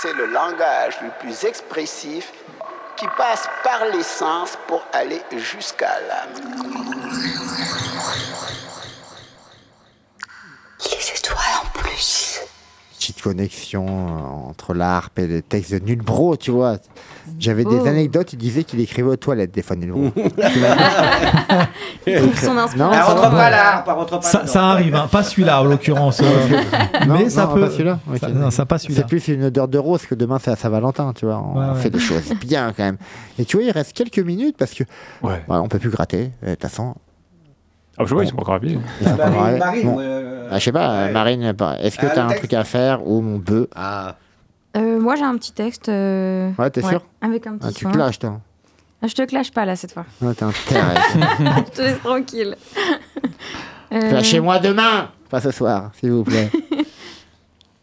C'est le langage le plus expressif qui passe par les sens pour aller jusqu'à l'âme. Les étoiles en plus. Petite connexion euh, entre l'ARP et les textes de Nulbro, tu vois. J'avais beau. des anecdotes, il disait qu'il écrivait aux toilettes des fois, Nulbro. Il trouve son inspiration. Ah, rentre ça va. pas là, par rentre pas Ça, là. ça arrive, hein. pas celui-là en l'occurrence. hein. Non, mais non, ça peut. pas celui-là. Ok. ça- non, ça pas celui-là. C'est plus une odeur de rose que demain c'est à Saint-Valentin, tu vois. On Ouais, ouais. fait des choses bien bah, quand même. Et tu vois, il reste quelques minutes parce que Voilà, on peut plus gratter. euh, De toute façon, Ah, je vois, ils sont encore habillés. Ils sont Bah, encore Marine- habillés. Marine, Bon. ouais, euh. ouais, Ah, je sais pas, ouais. Marine, bah, est-ce que Ah, t'as le un texte. truc à faire ou mon bœuf Ah. Euh, moi, j'ai un petit texte. euh, Ouais, t'es sûr Avec un petit Ah, tu son. clashes, toi. Ah, je te clash pas, là, cette fois. Ah, t'es intéressant. je te laisse tranquille. Euh, Clashez-moi demain Pas ce soir, s'il vous plaît.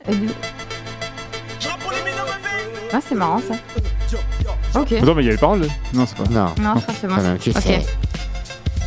euh, du- Ah, c'est marrant, ça. Ok. Attends, mais il y a les paroles là Non, c'est pas. Non. Non, je crois que Ah, c'est bon. Hein Ok.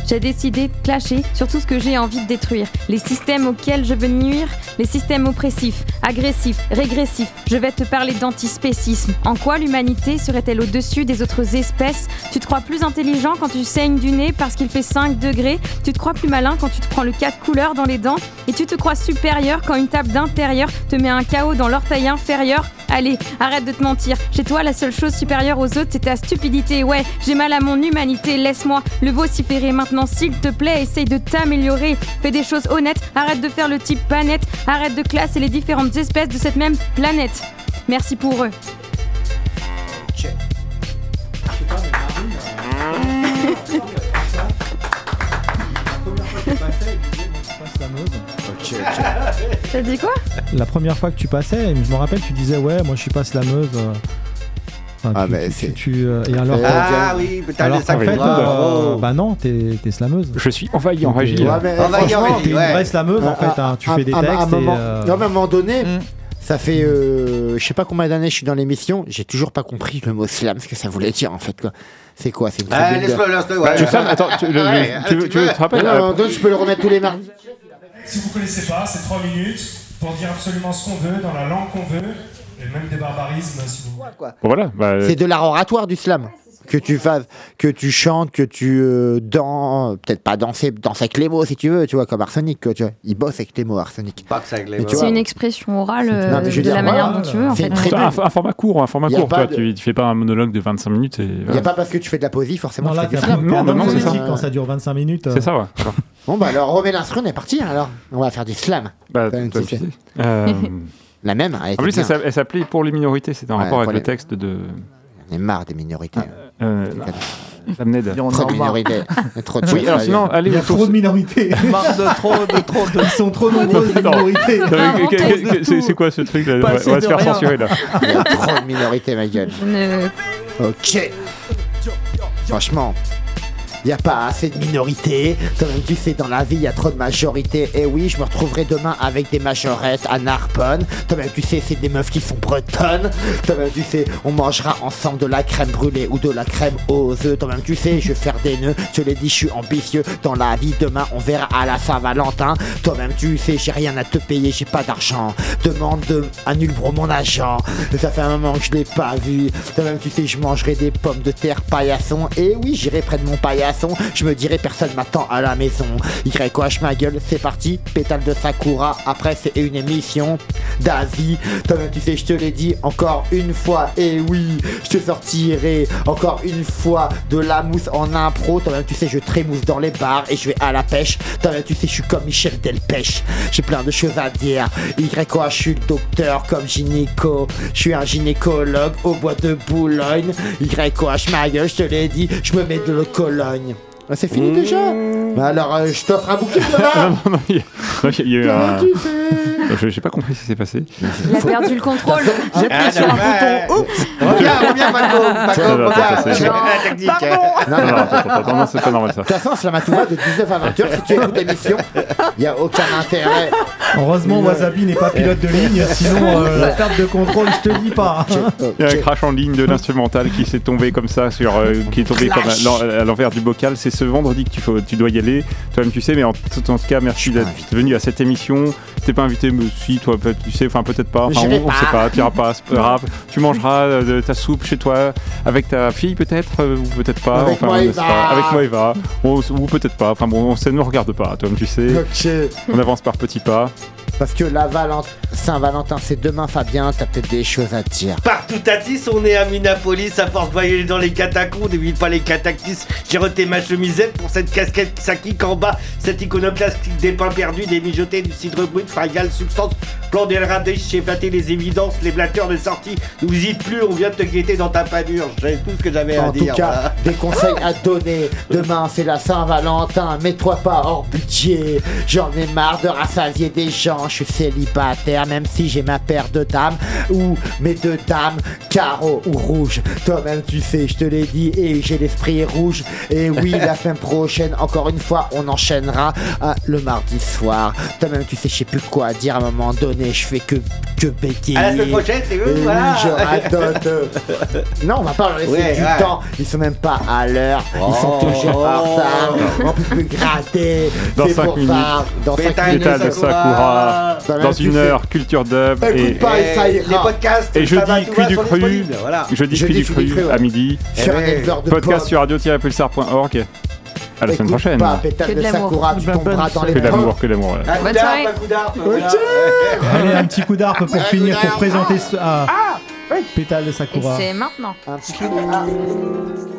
J'ai décidé de clasher sur tout ce que j'ai envie de détruire. Les systèmes auxquels je veux nuire, les systèmes oppressifs, agressifs, régressifs. Je vais te parler d'antispécisme. En quoi l'humanité serait-elle au-dessus des autres espèces Tu te crois plus intelligent quand tu saignes du nez parce qu'il fait 5 degrés Tu te crois plus malin quand tu te prends le 4 couleurs dans les dents Et tu te crois supérieur quand une table d'intérieur te met un chaos dans l'orteil inférieur Allez, arrête de te mentir. Chez toi, la seule chose supérieure aux autres, c'est ta stupidité. Ouais, j'ai mal à mon humanité. Laisse-moi le vociférer maintenant, s'il te plaît. Essaye de t'améliorer. Fais des choses honnêtes. Arrête de faire le type panette. Arrête de classer les différentes espèces de cette même planète. Merci pour eux. T'as dit quoi La première fois que tu passais, je me rappelle, tu disais ouais, moi je suis pas slameuse. euh. Enfin, Ah, tu- tu- tu- tu, euh, et alors Ah oui, putain, alors le qu'en sacré fait, drame. euh, Oh. Oh. Ah, bah non, t'es t'es slameuse. Je suis envahi, enragi, T'es là. franchement, Envahi, enragi, t'es une ouais. vraie slameuse en fait. hein. Tu à- fais des à- à un textes et. moment- euh, Non, mais à un moment donné, Mm. ça fait euh, je sais pas combien d'années je suis dans l'émission, j'ai toujours pas compris le mot slam, ce que ça voulait dire en fait. quoi. C'est quoi C'est une Ah, tribune de- laisse-le, laisse-le, ouais. Tu fais- attends, tu- le- Ouais, le- tu veux- tu veux- tu te rappelles, Non, euh, non, donc, je peux le remettre tous les mardis. Si vous connaissez pas, c'est 3 minutes pour dire absolument ce qu'on veut, dans la langue qu'on veut, et même des barbarismes si vous voulez. Voilà, bah, C'est de l'art oratoire du slam. Que tu fasses, que tu chantes, que tu euh, danses, peut-être pas danser, danser avec les mots si tu veux, tu vois, comme Arsenic, quoi, tu vois. Il bosse avec les mots, Arsenic. Pas que ça avec les C'est une expression orale euh, Non, mais je de veux dire, la voilà, manière dont tu veux, en c'est fait. très Putain, un, un format court, un format Y a court. pas Toi, de- tu, tu fais pas un monologue de 25 minutes. Et, Il n'y a pas parce que tu fais de la poésie, forcément. Non, là, tu fais t'as du slam. plus- Non, non, non, c'est ça. Quand ça dure 25 minutes. euh, C'est ça, ouais. Bon, bah alors, remets l'instru, on est parti hein, alors. On va faire du slam. Bah, T'as une toi, petite- tu sais. Euh, La même. elle En était plus, bien. elle s'app- elle s'appelait pour les minorités. C'était un Ouais, rapport pour avec le les- texte de. On est marre des minorités. hein. Euh, Damned. Trop de minorités. Il y a Trop de Oui, choses alors à sinon, dire. allez, Il y a autour- trop de minorités. Marre de trop, de trop, de. Ils sont trop nombreux, les Attends. minorités. Non, mais que- que- que- C'est c'est quoi ce truc là On va- Passer On va se de faire rien. censurer là. Il y a trop de minorités, ma gueule. Ne- Ok. Franchement, il n'y a pas assez de minorités. Toi-même, tu sais, dans la vie, il y a trop de majorités. Et oui, je me retrouverai demain avec des majorettes à Narbonne. Toi-même, tu sais, c'est des meufs qui sont bretonnes. Toi-même, tu sais, on mangera ensemble de la crème brûlée ou de la crème aux œufs. Toi-même, tu sais, je vais faire des nœuds. Je l'ai dit, je suis ambitieux. Dans la vie, demain, on verra à la Saint-Valentin. Toi-même, tu sais, j'ai rien à te payer, j'ai pas d'argent. Demande de annule pour mon agent. Ça fait un moment que je l'ai pas vu. Toi-même, tu sais, je mangerai des pommes de terre paillasson. Et oui, j'irai près de mon paillasson. Je me dirai, personne m'attend à la maison. YH ma gueule, c'est parti. Pétale de Sakura. Après, c'est une émission d'Asie. Toi-même, tu sais, je te l'ai dit encore une fois. Et oui, je te sortirai encore une fois de la mousse en impro. Toi-même, tu sais, je trémousse dans les bars et je vais à la pêche. Toi-même, tu sais, je suis comme Michel Delpech. J'ai plein de choses à dire. YH, je suis le docteur comme gynéco. Je suis un gynécologue au bois de Boulogne. YH, ma gueule, je te l'ai dit, je me mets de la Cologne. Ah, C'est fini Mmh. déjà Bah Alors, euh, je t'offre un bouquet Ah, demain non, non, il y a- non, il y a eu un. Tu sais. Je- J'ai pas compris ce qui s'est passé. Il a perdu le contrôle. J'ai Ah, sur un bouton. Reviens, reviens, Paco, Ça Paco, va, ça, reviens. c'est- J'ai la Ah, technique. Ah, Non, non, attends, attends, attends, non, c'est pas normal ça. De toute façon, Slamatouba, de 19 à 20h, si tu écoutes l'émission, il n'y a aucun intérêt. Heureusement, Wasabi n'est pas pilote de ligne, sinon euh, la perte de contrôle, je te dis pas. Il y a un crash en ligne de l'instrumental qui s'est tombé comme ça, sur, euh, qui est tombé comme à, Clash. l'en- à l'envers du bocal. C'est ce vendredi que tu, faut, tu dois y aller. Toi-même, tu sais, mais en tout en tout cas, merci d'être venu à cette émission. T'es pas invité, mais si, toi, peut- tu sais, enfin, peut-être pas. Enfin, J'irai on, on sait pas. pas, t'iras pas, c'est pas grave. Tu mangeras euh, de ta soupe chez toi, avec ta fille peut-être, euh, ou peut-être pas. Avec enfin, moi, on il sait va. pas. Avec moi, il va. On- ou peut-être pas. Enfin, bon, on- ça ne nous regarde pas, toi-même, tu sais. Ok. On avance par petits pas. Parce que la Valent- Saint-Valentin, c'est demain, Fabien, t'as peut-être des choses à te dire. Partout à 10, on est à Minneapolis, à force de voyager dans les catacombes, et pas les catactis, j'ai reté ma chemisette pour cette casquette qui s'acquique en bas, cette iconoclastique des pains perdus, des mijotés, du cidre brut, fragal, substance Planter le radis, cheflater les évidences, les blatteurs de sortie. Nous visite plus, on vient te guetter dans ta panure. J'avais tout ce que j'avais à En tout dire. cas, voilà. des conseils à donner. Demain, c'est la Saint-Valentin. Mets-toi pas hors budget. J'en ai marre de rassasier des gens. Je suis célibataire, même si j'ai ma paire de dames ou mes deux dames, carreau ou rouge. Toi-même, tu sais, je te l'ai dit et j'ai l'esprit rouge. Et oui, la semaine prochaine, encore une fois, on enchaînera à le mardi soir. Toi-même, tu sais, je sais plus quoi dire à un moment donné. Je fais que, que bégayer. À la semaine prochaine, c'est vous, Et oui, Euh, voilà. je radote. Non, on va pas leur laisser Ouais, du ouais. temps. Ils sont même pas à l'heure. Ils sont Oh. toujours en retard. On peut plus gratter. Dans C'est 5 pour minutes, ça. Dans cinq Pétale minutes. de Sakura, Dans la dans même une tu sais- heure, culture d'œuvre et, Écoute pas, et ça ira. et jeudi, cuit du cru, jeudi, cuit du cru à midi, Sur Eh un éleveur de podcast pommes. sur radio-pulsar.org, à la semaine Écoute prochaine. pas, pétale de Sakura, Bah, tu tomberas dans les Que pommes. d'amour, que d'amour. ouais. Un coup d'arpe, un coup d'arpe. voilà. Allez, un petit coup d'arpe pour finir, pour présenter ce. Ah, Pétale de Et Sakura. c'est maintenant. Un petit coup d'arpe.